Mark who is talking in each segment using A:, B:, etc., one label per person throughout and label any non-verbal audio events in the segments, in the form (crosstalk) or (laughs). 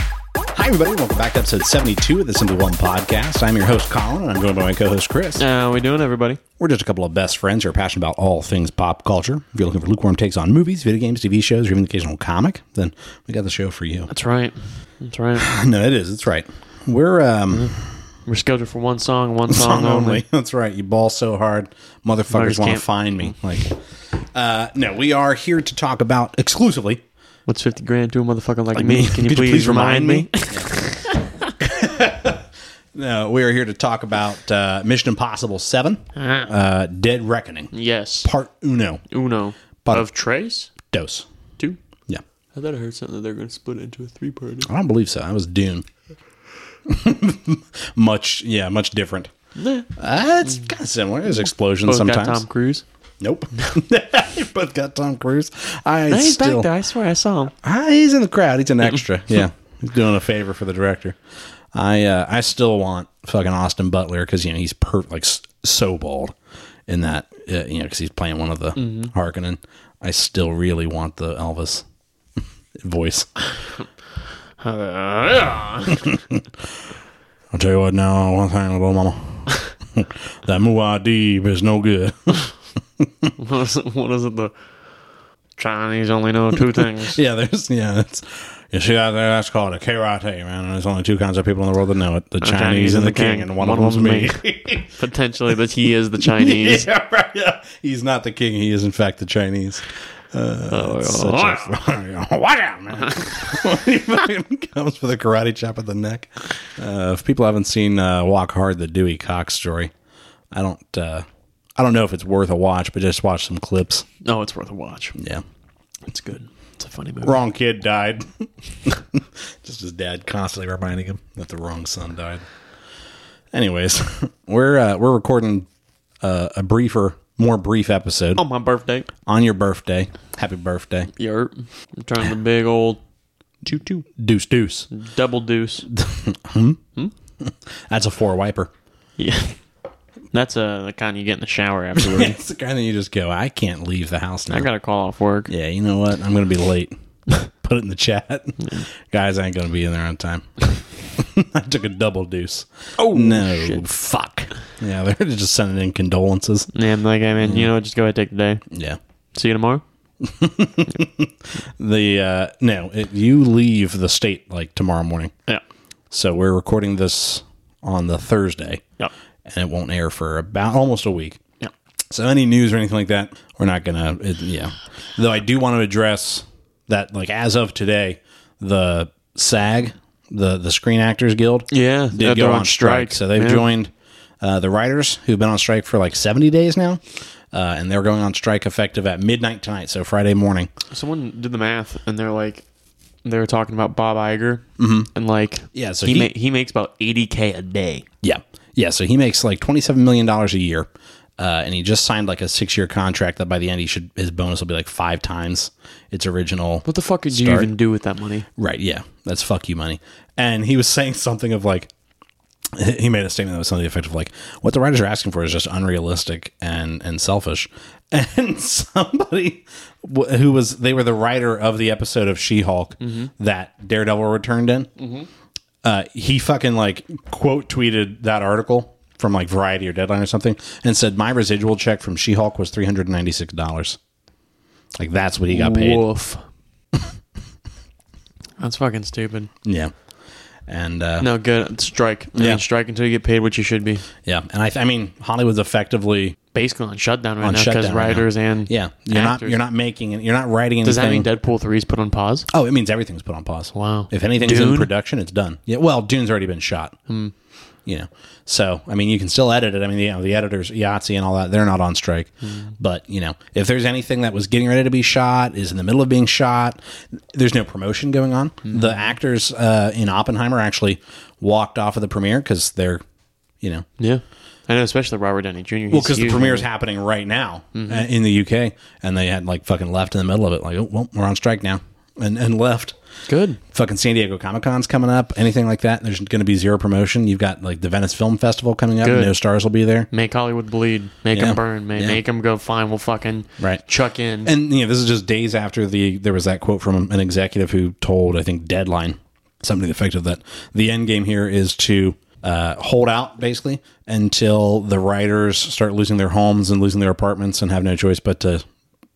A: Hi, everybody. Welcome back to episode 72 of the Simple One podcast. I'm your host, Colin, and I'm joined by my co host, Chris.
B: How we doing, everybody?
A: We're just a couple of best friends who are passionate about all things pop culture. If you're looking for lukewarm takes on movies, video games, TV shows, or even the occasional comic, then we got the show for you. (laughs)
B: That's right. That's (sighs) right.
A: No, it is. It's right. We're (laughs) um,
B: We're scheduled for one song, one song,
A: song
B: only.
A: only. That's right. You ball so hard, motherfuckers
B: Motherfuckers
A: want to
B: can't-
A: find me. Like, uh, no, we are here to talk about exclusively
B: What's fifty grand to a motherfucker like, me? Can you
A: Could
B: please, remind me?
A: (laughs)
B: (laughs)
A: No, we are here to talk about uh, Mission Impossible 7,
B: (laughs)
A: uh, Dead Reckoning,
B: yes.
A: Part Uno,
B: Uno
A: Part-
B: of Trace
A: Dose.
B: two.
A: Yeah.
B: I thought I heard something that they're going to split into a three party.
A: I don't believe so. That was Dune. (laughs) much, yeah, much different. Uh, it's kind of similar. There's explosions
B: Both got
A: sometimes.
B: Tom Cruise.
A: Nope. (laughs) They both got Tom Cruise. I
B: He's
A: still,
B: back there. I swear I saw him.
A: Ah, he's in the crowd. He's an (laughs) extra. yeah, he's doing a favor for the director. I uh, I still want fucking Austin Butler because you know he's per- like s- so bald in that uh, you know because he's playing one of the Harkonnen. I still really want the Elvis (laughs) voice. I'll tell you what now. One thing, little mama, (laughs) that Muad'Dib is no good.
B: (laughs)
A: (laughs)
B: what, is it, what is it? The Chinese only know (laughs) two things.
A: yeah, there's yeah. It's, you see out there, that's called a karate, man. And there's only two kinds of people in the world that know it: the Chinese, and the, king, and one, of them's me. (laughs)
B: Potentially, that he is the Chinese.
A: yeah, right, yeah. He's not the king. He is, in fact, the Chinese. Uh,
B: Oh,
A: Such (laughs) a, watch out,
B: (laughs)
A: man! he fucking comes with a karate chop at the neck. Uh, if people haven't seen uh, Walk Hard, the Dewey Cox story, I don't. Uh, I don't know if it's worth a watch, but just watch some clips.
B: (laughs) no, it's worth a watch.
A: Yeah.
B: It's good. It's a funny movie.
A: Wrong kid died. (laughs) just his dad constantly reminding him that the wrong son died. Anyways, (laughs) we're uh, we're recording uh, a briefer, more brief episode
B: On my birthday,
A: on your birthday. Happy birthday.
B: Yurt. I'm trying the big old two two
A: Deuce deuce.
B: double (laughs) deuce.
A: That's a four wiper.
B: Yeah. That's uh, the kind you get in the shower (laughs) afterwards.
A: It's the kind that you just go, I can't leave the house now.
B: I got to call off work.
A: yeah, you know what? I'm going to be late. (laughs) Put it in the chat. Guys, I ain't going to be in there on time. (laughs) I took a double deuce. Oh, no. Fuck. Yeah, they're (laughs) just sending in condolences.
B: Yeah, I'm like, I mean, you know, what, just go ahead take the day.
A: Yeah.
B: See you tomorrow.
A: The, uh, no, it, you leave the state like tomorrow morning.
B: Yeah.
A: So we're recording this on the Thursday.
B: Yep.
A: And it won't air for about almost a week.
B: Yep.
A: So any news or anything like that, we're not gonna. It, yeah, though I do want to address that. Like as of today, the SAG, the the Screen Actors Guild,
B: Yeah, they're
A: did go
B: on
A: on strike.
B: strike,
A: So they've
B: yeah.
A: joined uh, the writers who've been on strike for like seventy days now, uh, and they're going on strike effective at midnight tonight, so Friday morning.
B: Someone did the math, and they're like, they were talking about Bob Iger, mm-hmm. and like,
A: Yeah, so
B: he
A: he-
B: ma- he makes about eighty k a day.
A: Yeah. Yeah. So he makes like $27 million a year. Uh, and he just signed like a six year contract that by the end he should, his bonus will be like five times its original.
B: What the fuck did you
A: Start.
B: even do with that money?
A: Right. Yeah. That's fuck you money. And he was saying something of like, he made a statement that was something effective like, what the writers are asking for is just unrealistic and, and selfish. (laughs) And somebody w- who was, they were the writer of the episode of She Hulk that Daredevil returned in. Uh, he fucking like quote tweeted that article from like Variety or Deadline or something and said, my residual check from She Hulk was $396. Like that's what he got paid.
B: Woof. (laughs) That's fucking stupid.
A: Yeah. And uh,
B: No good. Strike. I mean,
A: Yeah.
B: strike until you get paid what you should be.
A: Yeah, and I, I mean Hollywood's effectively
B: Basically on shutdown right
A: on
B: now
A: shutdown
B: because
A: right now.
B: writers and
A: yeah, you're not
B: actors.
A: you're not making it. You're not writing anything.
B: Does that mean Deadpool three is put on pause?
A: oh, it means everything's put on pause.
B: Wow.
A: If anything's in
B: Dune? Hmm.
A: production, it's done. Yeah. Well, Dune's already been shot. You know, so I mean, you can still edit it. I mean, you know, the editors, Yahtzee and all that, they're not on strike.
B: Hmm.
A: But you know, if there's anything that was getting ready to be shot, is in the middle of being shot, there's no promotion going on.
B: Hmm.
A: The actors uh, in Oppenheimer actually walked off of the premiere because they're, you know,
B: Yeah, I know, especially Robert Downey Jr.
A: Well, because the premiere is happening right now uh, in the UK, and they had like fucking left in the middle of it, like, oh, well, we're on strike now, and and left.
B: good.
A: Fucking San Diego Comic Con's coming up, anything like that. There's going to be zero promotion. You've got like the Venice Film Festival coming up.
B: Good. Mm-hmm.
A: No stars will be there,
B: Make Hollywood bleed. Make
A: Yeah.
B: them burn. Make,
A: Yeah.
B: make them go. Fine, we'll fucking
A: Right.
B: chuck in.
A: and you know this is just days after the there was that quote from an executive who told I think Deadline something effective that the end game here is to uh, hold out basically until the writers start losing their homes and losing their apartments and have no choice but to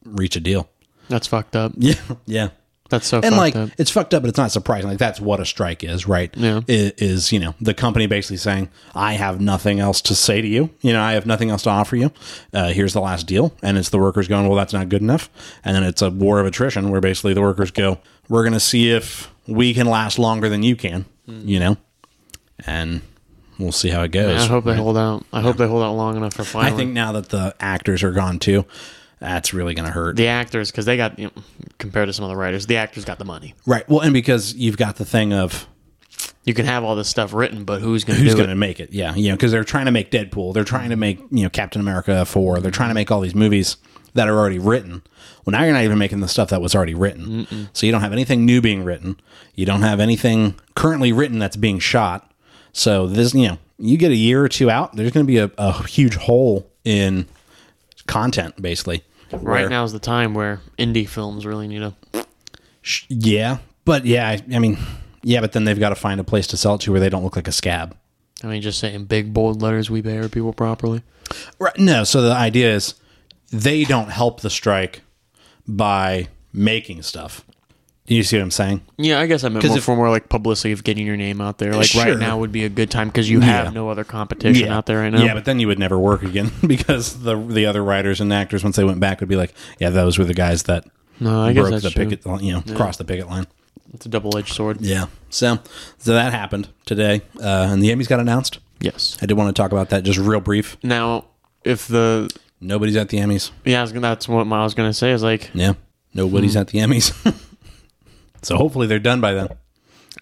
A: reach a deal.
B: That's fucked up.
A: Yeah, yeah.
B: That's so
A: And
B: fucked
A: like
B: up.
A: it's fucked up, but it's not surprising. Like that's what a strike is, right?
B: Yeah.
A: I- is you know the company basically saying, "I have nothing else to say to you. You know, I have nothing else to offer you. Uh, here's the last deal." And it's the workers going, "Well, that's not good enough." And then it's a war of attrition where basically the workers go, "We're going to see if we can last longer than you can." You know, and we'll see how it goes.
B: Hmm. I hope they hold out. I hope they hold out long enough for
A: I
B: finally.
A: think now that the actors are gone too, that's really going to hurt.
B: the actors, because they got you know, compared to some of the writers, the actors got the money.
A: right. Well, and because you've got the thing of
B: You can have all this stuff written, but who's going to
A: who's
B: do
A: going
B: it?
A: to make it. Yeah, you know, because they're trying to make Deadpool, they're trying to make you know Captain America four, they're trying to make all these movies that are already written. Well, now you're not even making the stuff that was already written, so you don't have anything new being written. You don't have anything currently written that's being shot. So this, you know, you get a year or two out, there's going to be a, a huge hole in content, basically.
B: Right
A: where-
B: now is the time where indie films really need a.
A: Sh- yeah, but yeah, I, I mean, yeah, but then they've got to find a place to sell it to where they don't look like a scab.
B: I mean, just saying big bold letters, we pay our people properly.
A: Right. No. So the idea is they don't help the strike by making stuff. Do you see what I'm saying?
B: Yeah, I guess I meant more
A: if-
B: for more like publicity of getting your name out there. Like
A: Sure.
B: right now would be a good time because you
A: Yeah.
B: have no other competition out there right now.
A: Yeah, but then you would never work again (laughs) because the the other writers and actors once they went back would be like, yeah, those were the guys that
B: no, I guess
A: broke
B: that's
A: the
B: true.
A: picket, line, you know, crossed the picket line.
B: It's a double edged sword.
A: Yeah. So so that happened today, uh, and the Emmys got announced.
B: Yes.
A: I did want to talk about that just real brief.
B: Now, if the
A: Nobody's at the Emmys.
B: yeah, I was gonna- that's what I was gonna say is like
A: Yeah. Nobody's
B: Hmm.
A: at the Emmys. (laughs) so hopefully they're done by then.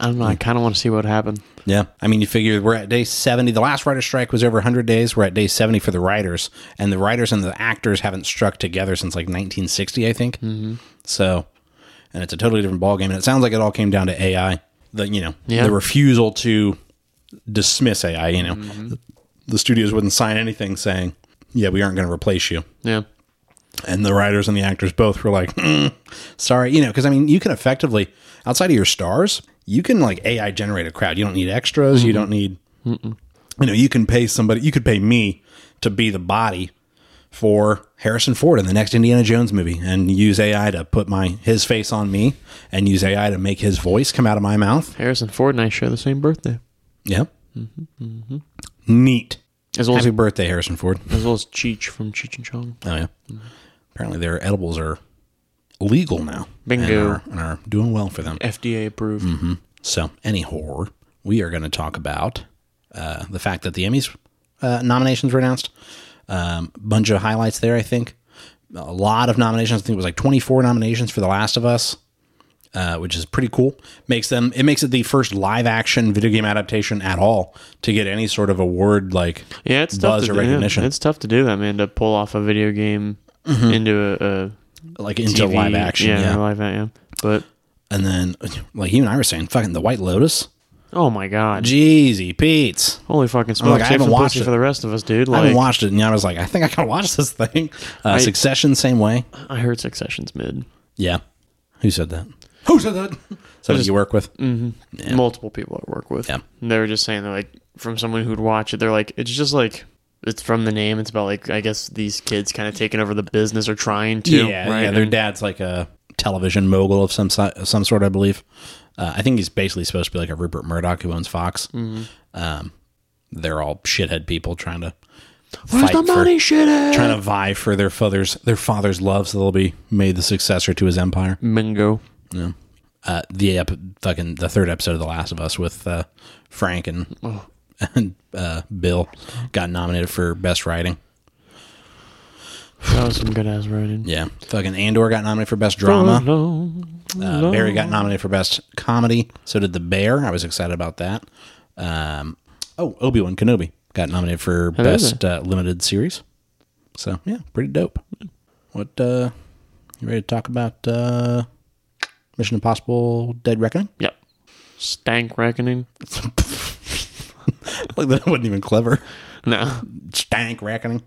B: I don't know. I kind of want to see what happened.
A: Yeah. I mean, you figure we're at day 70. The last writer's strike was over 100 days. We're at day 70 for the writers. And the writers and the actors haven't struck together since like 1960, I think. Mm-hmm. So, and it's a totally different ballgame. And it sounds like it all came down to AI. The, you know,
B: Yeah.
A: the refusal to dismiss AI, you know. The studios wouldn't sign anything saying, yeah, we aren't going to replace you
B: Yeah.
A: and the writers and the actors both were like "Mm, sorry you know because i mean you can effectively outside of your stars you can like ai generate a crowd you don't need extras you don't need you know you can pay somebody you could pay me to be the body for harrison ford in the next indiana jones movie and use ai to put my his face on me and use ai to make his voice come out of my mouth
B: Harrison Ford and I share the same birthday.
A: yep neat
B: As well as,
A: happy birthday harrison ford
B: as well as Cheech from Cheech and Chong.
A: Oh yeah. Apparently their edibles are legal now.
B: Bingo.
A: And are, and are doing well for them.
B: FDA approved.
A: Mm-hmm. So, any horror, we are going to talk about uh, the fact that the Emmys uh, nominations were announced. Um, bunch of highlights there, I think. A lot of nominations. I think it was like 24 nominations for The Last of Us, uh, which is pretty cool. Makes them it makes it the first live action video game adaptation at all to get any sort of award like
B: Yeah, it's tough
A: buzz
B: to
A: or
B: do. yeah,
A: recognition
B: it's tough to do that, man. To pull off a video game into a, a
A: like into
B: TV
A: live action.
B: Yeah,
A: yeah.
B: live action. Yeah. But
A: And then, like you and I were saying, fucking the White Lotus.
B: oh my god,
A: Jeezy Pete's.
B: holy fucking smokes!
A: I
B: Save
A: haven't
B: some
A: watched
B: pussy
A: it.
B: for the rest of us, dude.
A: I
B: Like
A: haven't watched it, and I was like, I think I gotta watch this thing. Uh, Succession, same way.
B: I heard Succession's mid.
A: Yeah. Who said that? Who said that? Somebody you work with?
B: multiple people I work with.
A: Yeah.
B: And they were just saying that like from someone who'd watch it, they're like, it's just like it's from the name. It's about like I guess these kids kind of taking over the business or trying to.
A: Yeah,
B: right?
A: yeah. Their
B: And
A: dad's like a television mogul of some si- some sort, I believe. Uh, I think he's basically supposed to be like a Rupert Murdoch who owns Fox.
B: Mm-hmm.
A: Um, they're all shithead people trying to
B: Where's
A: fight
B: the
A: for-
B: money, shithead?
A: trying to vie for their father's their father's love, so they'll be made the successor to his empire.
B: Mingo.
A: uh, the ep- fucking the third episode of The Last of Us with uh, Frank and and uh, Bill got nominated for best writing.
B: That was some good ass writing.
A: Yeah, fucking Andor got nominated for best drama. Uh, Barry got nominated for best comedy. So did The Bear. I was excited about that. Um, oh, Obi Wan Kenobi got nominated for
B: is
A: best uh, limited series. So yeah, pretty dope. What uh, you ready to talk about? Uh, Mission Impossible: Dead Reckoning. (laughs)
B: Yep. Stank reckoning.
A: Like that wasn't even clever.
B: No.
A: stank reckoning.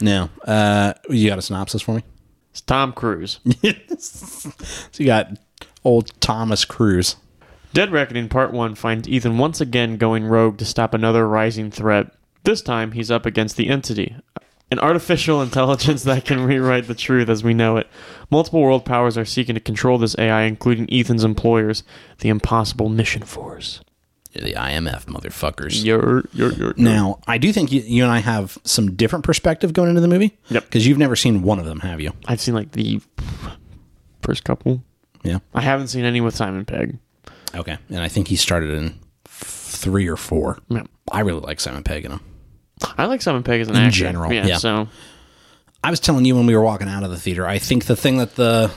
A: No, uh, you got a synopsis (laughs) for me.
B: It's Tom Cruise.
A: so you got old Thomas Cruise.
B: Dead Reckoning Part 1 finds Ethan once again going rogue to stop another rising threat. This time, he's up against the Entity, an artificial (laughs) intelligence that can rewrite the truth as we know it. Multiple world powers are seeking to control this AI, including Ethan's employers, the Impossible Mission Force.
A: You're the IMF motherfuckers.
B: Yer, yer, yer, yer.
A: Now, I do think you, you and I have some different perspective going into the movie.
B: Yep.
A: Because you've never seen one of them, have you?
B: I've seen like the first couple.
A: Yeah.
B: I haven't seen any with Simon Pegg.
A: Okay. And I think he started in f- three or four.
B: Yeah.
A: I really like Simon Pegg in him.
B: I like Simon Pegg as an in actor.
A: general,
B: yeah,
A: yeah.
B: So
A: I was telling you when we were walking out of the theater. I think the thing that the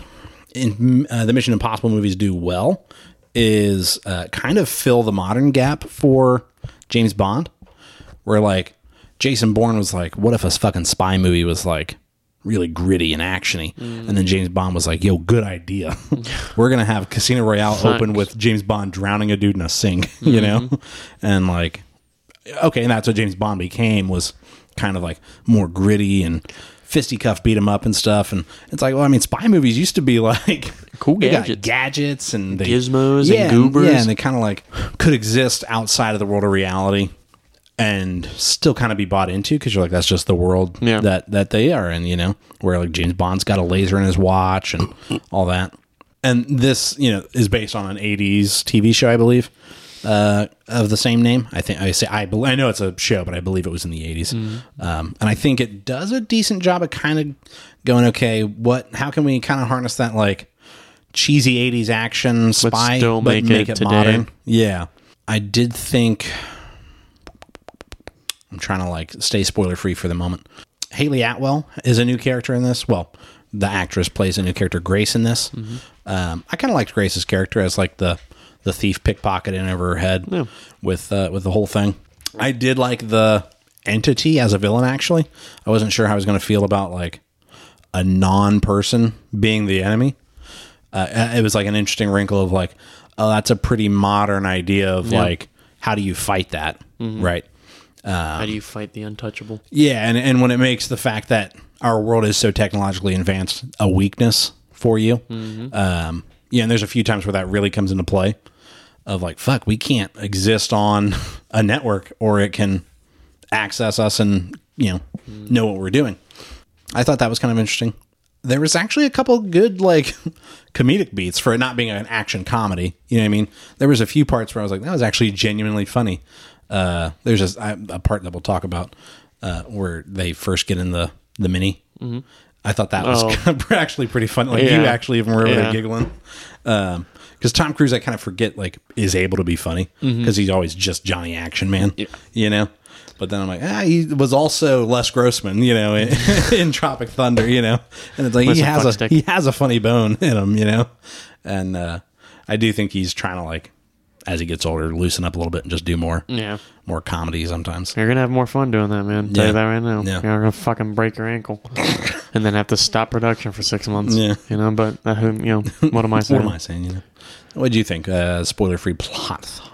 A: in, uh, the Mission Impossible movies do well is uh, kind of fill the modern gap for James Bond, where like Jason Bourne was like, "What if a fucking spy movie was like really gritty and actiony?"
B: Mm.
A: And then James Bond was like, "Yo, good idea. (laughs) we're gonna have Casino Royale open with James Bond drowning a dude in a sink, (laughs) you know?"
B: Mm-hmm.
A: And like, okay, and that's what James Bond became was kind of like more gritty and fisticuff beat 'em up and stuff. And it's like, well, I mean, spy movies used to be (laughs) like
B: Cool
A: they got
B: gadgets.
A: gadgets and they,
B: Gizmos and
A: yeah,
B: goobers.
A: yeah, and they kind of like could exist outside of the world of reality and still kind of be bought into because you're like that's just the world
B: Yeah.
A: that that they are in you know where like james bond's got a laser in his watch and all that and this you know is based on an 80s tv show i believe uh, of the same name i think i say i bel i know it's a show but i believe it was in the 80s
B: Mm-hmm.
A: um, and i think it does a decent job of kind of going okay what how can we kind of harness that like cheesy 80s action spy
B: still
A: but
B: make it today.
A: yeah i did think I'm trying to like stay spoiler free for the moment. Haley Atwell is a new character in this. Well, the actress plays a new character, Grace, in this. Um, I kind of liked Grace's character as like the the thief pickpocketing over her head with uh, with the whole thing. I did like the entity as a villain. Actually, I wasn't sure how I was going to feel about like a non person being the enemy. Uh, it was like an interesting wrinkle of like, oh, that's a pretty modern idea of like, how do you fight that, right? Uh,
B: how do you fight the untouchable?
A: Yeah, and, and when it makes the fact that our world is so technologically advanced a weakness for you, um, yeah, and there's a few times where that really comes into play of like, fuck, we can't exist on a network or it can access us and, you know, know what we're doing. I thought that was kind of interesting. There was actually a couple good like (laughs) comedic beats for it not being an action comedy. You know what I mean? There was a few parts where I was like, that was actually genuinely funny. Uh, there's a, a part that we'll talk about uh, where they first get in the the mini. I thought that was (laughs) actually pretty funny. Like you
B: Yeah.
A: actually even were over there
B: Yeah.
A: giggling. Because Tom Cruise, I kind of forget like is able to be funny because he's always just Johnny Action Man. You know. But then I'm like, ah, he was also Les Grossman, you know, in, (laughs) in Tropic Thunder, you know, and it's like he
B: Listen,
A: has a
B: fuckstick.
A: he has a funny bone in him, you know, and uh, I do think he's trying to like, as he gets older, loosen up a little bit and just do more,
B: Yeah.
A: more comedy sometimes.
B: You're gonna have more fun doing that, man. Tell
A: Yeah.
B: you that right now.
A: Yeah.
B: You're gonna fucking break your
A: (laughs)
B: ankle, and then have to stop production for six months.
A: Yeah.
B: you know. But uh, who, you know,
A: (laughs)
B: what am I saying?
A: What am I saying? You know, what do you think? Uh, spoiler free plot thoughts.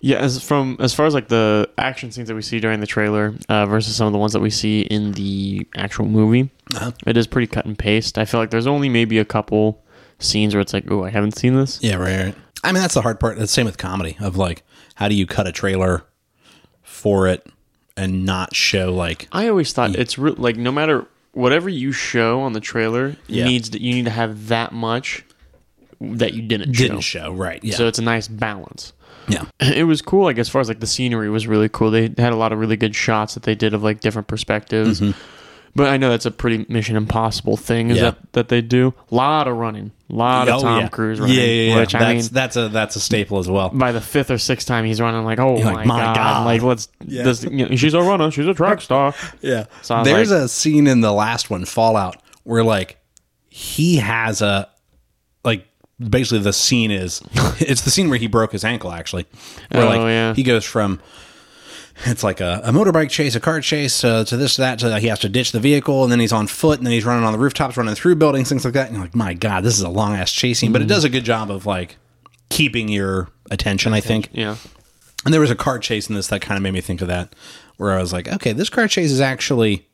B: Yeah, as from as far as like the action scenes that we see during the trailer uh, versus some of the ones that we see in the actual movie,
A: Uh-huh.
B: it is pretty cut and paste. I feel like there's only maybe a couple scenes where it's like, oh, I haven't seen this.
A: Yeah, right, right. I mean, that's the hard part. That's the same with comedy of like, how do you cut a trailer for it and not show like
B: I always
A: Mm.
B: thought it's re- like no matter whatever you show on the trailer
A: Yeah.
B: needs to, you need to have that much that you didn't,
A: didn't
B: show.
A: show right? Yeah,
B: So it's a nice balance. (laughs)
A: yeah,
B: It was cool, like as far as like the scenery was really cool. They had a lot of really good shots that they did of like different perspectives. But I know that's a pretty Mission Impossible thing is
A: Mm-hmm. Yeah.
B: that that they do. A lot of running, a lot of
A: Oh,
B: Tom
A: yeah.
B: Cruise running.
A: Yeah, yeah, yeah.
B: Which
A: that's
B: I mean,
A: that's a that's a staple as well.
B: by the fifth or sixth time he's running, like oh
A: like,
B: my,
A: "My
B: god.
A: God."
B: like let's this, you know, she's a runner, she's a
A: (laughs)
B: track star. (laughs)
A: Yeah.
B: So I'm
A: There's
B: like-
A: a scene in the last one, Fallout, where like he has a like basically the scene is (laughs) it's the scene where he broke his ankle actually. Where
B: Oh,
A: like
B: yeah.
A: he goes from it's like a, a motorbike chase, a car chase, uh, to this, that, to that. He has to ditch the vehicle, and then he's on foot, and then he's running on the rooftops, running through buildings, things like that. And you're like, my God, this is a long ass chase scene.
B: Mm-hmm.
A: But it does a good job of like keeping your attention, I think.
B: Yeah,
A: And there was a car chase in this that kind of made me think of that, where I was like, okay, this car chase is actually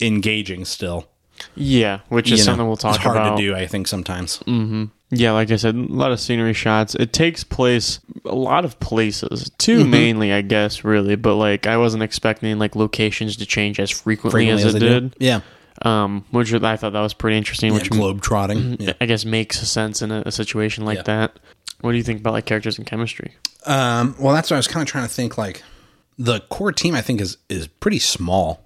A: engaging still.
B: Yeah, which
A: You
B: is
A: know,
B: something we'll talk
A: it's hard
B: about.
A: to do, I think, sometimes.
B: hmm Yeah, like I said, a lot of scenery shots. It takes place a lot of places, 2
A: Mhm.
B: mainly, I guess, really. But like, I wasn't expecting like locations to change as frequently, as, it
A: they do.
B: did.
A: Yeah.
B: Um, which I thought that was pretty interesting.
A: yeah
B: which
A: globe trotting. Yeah.
B: I guess makes sense in a, a situation like
A: Yeah.
B: that. What do you think about like characters and chemistry?
A: Um, well, that's what I was kind of trying to think. Like the core team, I think is is pretty small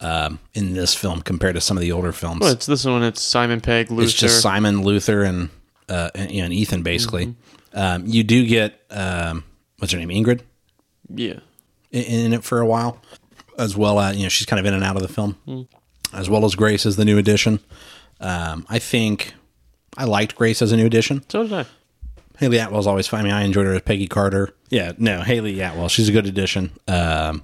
A: um, in this film compared to some of the older films.
B: Well, it's this one. It's Simon Pegg, Luther.
A: it's just Simon Luther and uh, and, and Ethan basically.
B: Mm-hmm.
A: Um, you do get um, what's her name, Ingrid,
B: yeah,
A: in, in it for a while, as well. As, you know, she's kind of in and out of the film, as well as Grace as the new addition. Um, I think I liked Grace as a new addition.
B: so did I.
A: Haley Atwell's always fun. I mean, I enjoyed her as Peggy Carter. Yeah, no, Haley Atwell. She's a good addition. Um,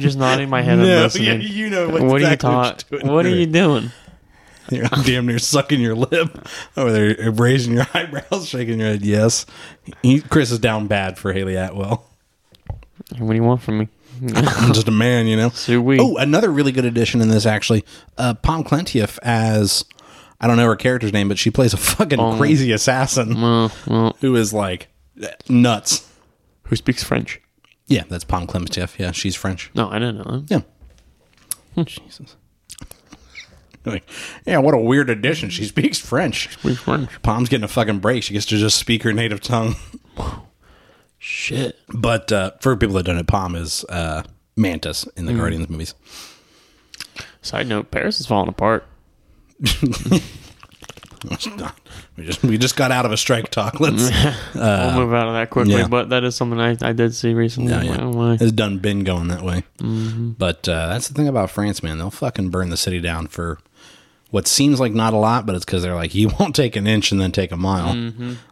A: (laughs)
B: just nodding my head
A: No,
B: and listening.
A: yeah, you know
B: what are
A: exactly
B: you
A: what
B: taught?
A: you're doing.
B: What are you doing?
A: (laughs) You're damn near sucking your lip over there, raising your (laughs) eyebrows, shaking your head. Yes, he, Chris is down bad for Haley Atwell.
B: What do you want from me?
A: I'm (laughs) just a man, you know.
B: Do we?
A: Oh, another really good addition in this actually, uh, Pom Clentieff as I don't know her character's name, but she plays a fucking crazy assassin who is like nuts.
B: Who speaks French?
A: Yeah, that's Pom Clentieff. Yeah, she's French.
B: No, I don't know.
A: Yeah. Jesus. Like, yeah, what a weird addition. She speaks French.
B: Speaks French.
A: Pom's getting a fucking break. She gets to just speak her native tongue. (laughs)
B: Shit.
A: But uh, for people that don't know, Pom is uh, Mantis in the Guardians movies.
B: Side note: Paris is falling apart.
A: (laughs) We just we just got out of a strike talk. Let's
B: we'll move out of that quickly,
A: Uh, yeah.
B: but that is something I, I did see recently.
A: Yeah,
B: I'm
A: yeah.
B: like, oh my.
A: It's done been going that way. But uh, that's the thing about France, man. They'll fucking burn the city down for what seems like not a lot, but it's because they're like, (laughs) you won't take an inch and then take a mile.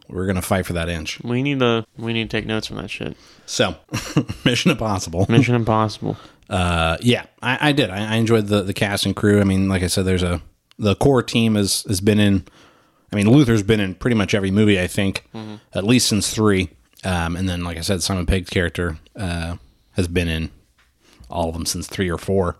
A: We're gonna fight for that inch.
B: We need to we need to take notes from that shit.
A: So, (laughs) Mission Impossible. (laughs)
B: Mission Impossible.
A: Uh, yeah, I, I did. I, I enjoyed the the cast and crew. I mean, like I said, there's a the core team has has been in. I mean, Luther's been in pretty much every movie I think, at least since three. Um, and then, like I said, Simon Pegg's character uh, has been in all of them since three or four.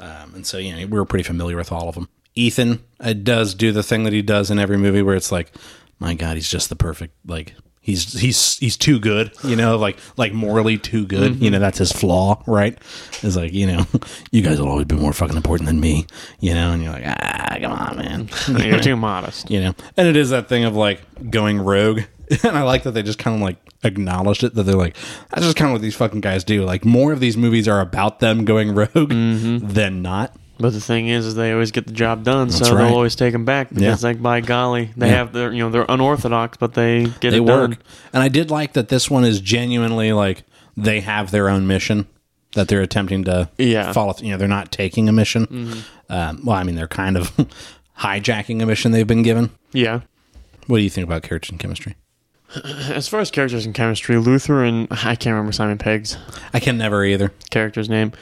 A: Um, and so, you know, we were pretty familiar with all of them. Ethan uh, does do the thing that he does in every movie, where it's like, my God, he's just the perfect like. He's he's he's too good, you know, like like morally too good, you know. That's his flaw, right? It's like you know, (laughs) you guys will always be more fucking important than me, you know. And you're like, ah, come on, man,
B: (laughs) You're too modest.
A: you know. And it is that thing of like going rogue, (laughs) and I like that they just kind of like acknowledged it. That they're like, that's just kind of what these fucking guys do. Like more of these movies are about them going (laughs) rogue than not.
B: But the thing is, is they always get the job done, so
A: right.
B: they'll always take them back because, like, by golly, they
A: Yeah.
B: have their you know they're unorthodox, but they get
A: they
B: it
A: work.
B: done.
A: And I did like that this one is genuinely like they have their own mission that they're attempting to
B: Yeah.
A: follow. You know, they're not taking a mission. Um, well, I mean, they're kind of (laughs) hijacking a mission they've been given.
B: Yeah.
A: What do you think about characters and chemistry?
B: As far as characters and chemistry, Luther and I can't remember Simon Pegg's
A: I can never either.
B: character's name.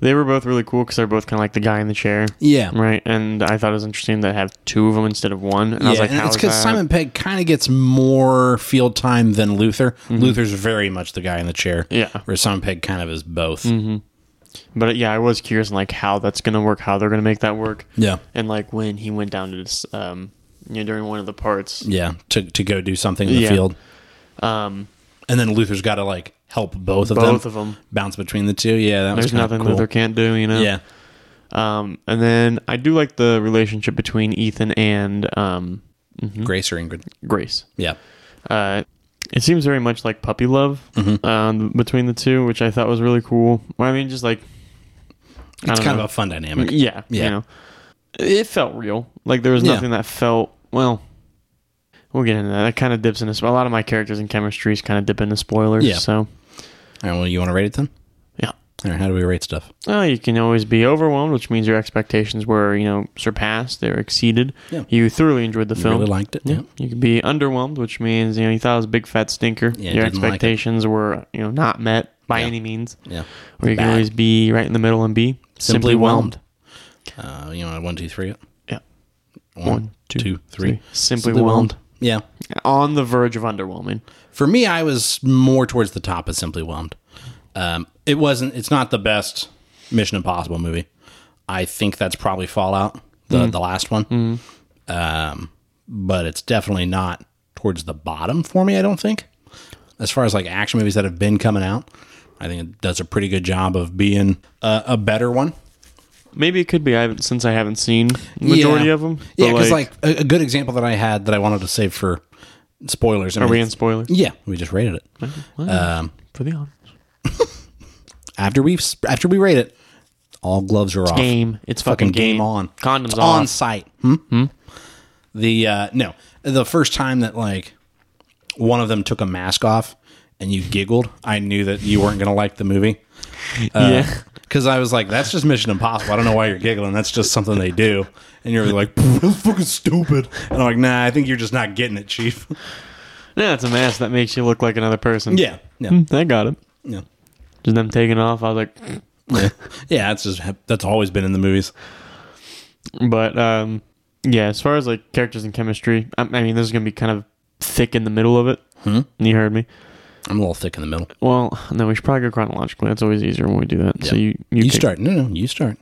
B: They were both really cool because they're both kind of like the guy in the chair.
A: Yeah.
B: Right, and I thought it was interesting to have two of them instead of one. And I was
A: yeah,
B: like,
A: and
B: how
A: it's
B: is that?
A: because Simon Pegg kind of gets more field time than Luther. Luther's very much the guy in the chair,
B: Mm-hmm. Yeah, Mm-hmm.
A: where Simon Pegg kind of is both.
B: but uh, yeah, I was curious on like how that's gonna work, how they're gonna make that work,
A: Yeah,
B: and like when he went down to this, um, you know, during one of the parts,
A: yeah, to to go do something in the
B: Yeah.
A: field,
B: um,
A: and then Luther's got to like help both of them.
B: both of them.
A: bounce between the two. Yeah, that was
B: There's
A: kinda
B: nothing
A: cool.
B: Luther can't do, Mm-hmm. you know.
A: Yeah,
B: Um, and then I do like the relationship between Ethan and um,
A: Grace or Ingrid.
B: Grace.
A: Yeah,
B: Uh, it seems very much like puppy love
A: Mm-hmm.
B: um, between the two, which I thought was really cool. I mean, just like I
A: it's
B: don't
A: kind
B: know.
A: of a fun dynamic.
B: Yeah,
A: Yeah.
B: You know, it felt real. Like there was
A: Yeah.
B: nothing that felt well. We'll get into that. That kind of dips into sp- a lot of my characters and chemistries kind of dip into spoilers.
A: Yeah.
B: So
A: All right, well, you want to rate it then?
B: Mm-hmm. yeah.
A: All right, how do we rate stuff?
B: Well, you can always be overwhelmed, which means your expectations were, you know, surpassed or exceeded.
A: Yeah.
B: You thoroughly enjoyed the film.
A: Really liked it.
B: yeah. You could be underwhelmed, which means, you know, you thought it was a big fat stinker.
A: Yeah,
B: your
A: didn't like it.
B: expectations were, you know, not met by
A: Yeah.
B: any means.
A: yeah.
B: Or you can
A: Bad.
B: always be right in the middle and be
A: Simply
B: simply,
A: whelmed.
B: whelmed.
A: Uh, you want to one, two, three? It.
B: Yeah.
A: One, two, three.
B: Simply, whelmed.
A: Yeah.
B: on the verge of underwhelming.
A: For me, I was more towards the top of Simply Whelmed. Um, it wasn't. It's not the best Mission Impossible movie. I think that's probably Fallout, the
B: Mm.
A: the last one.
B: Mm-hmm.
A: Um, but it's definitely not towards the bottom for me. I don't think. As far as like action movies that have been coming out, I think it does a pretty good job of being a, a better one.
B: Maybe it could be. I haven't since I haven't seen the majority
A: Yeah.
B: of them.
A: Yeah, because like, a, a good example that I had that I wanted to save for spoilers. I
B: are
A: mean,
B: we in spoilers
A: Yeah, we just rated it. Um,
B: for the honors?
A: after we after we rate it, all gloves are off.
B: Game. It's
A: fucking
B: fucking,
A: game on.
B: Condoms
A: It's
B: off.
A: on site. Hmm? The uh, no, the first time that like one of them took a mask off and you giggled, I knew that you weren't gonna like the movie. uh,
B: yeah. (laughs)
A: Because I was like, that's just Mission Impossible. I don't know why you're giggling. That's just something they do. And you're like, "Pff, that's fucking stupid. And I'm like, nah, I think you're just not getting it,
B: (laughs)
A: Chief.
B: No, it's a mask that makes you look like another person.
A: yeah. Yeah.
B: Mm, I got it.
A: Yeah.
B: Just them taking off. I was like, (clears throat)
A: Yeah. Yeah. That's just, that's always been in the movies.
B: but um, yeah. As far as like characters and chemistry, I, I mean, this is gonna be kind of thick in the middle of it.
A: Hmm?
B: You heard me.
A: I'm a little thick in the middle.
B: Well, no, we should probably go chronologically. That's always easier when we do that. So
A: Yeah.
B: you
A: You,
B: you, kick-
A: start. No, no, you start.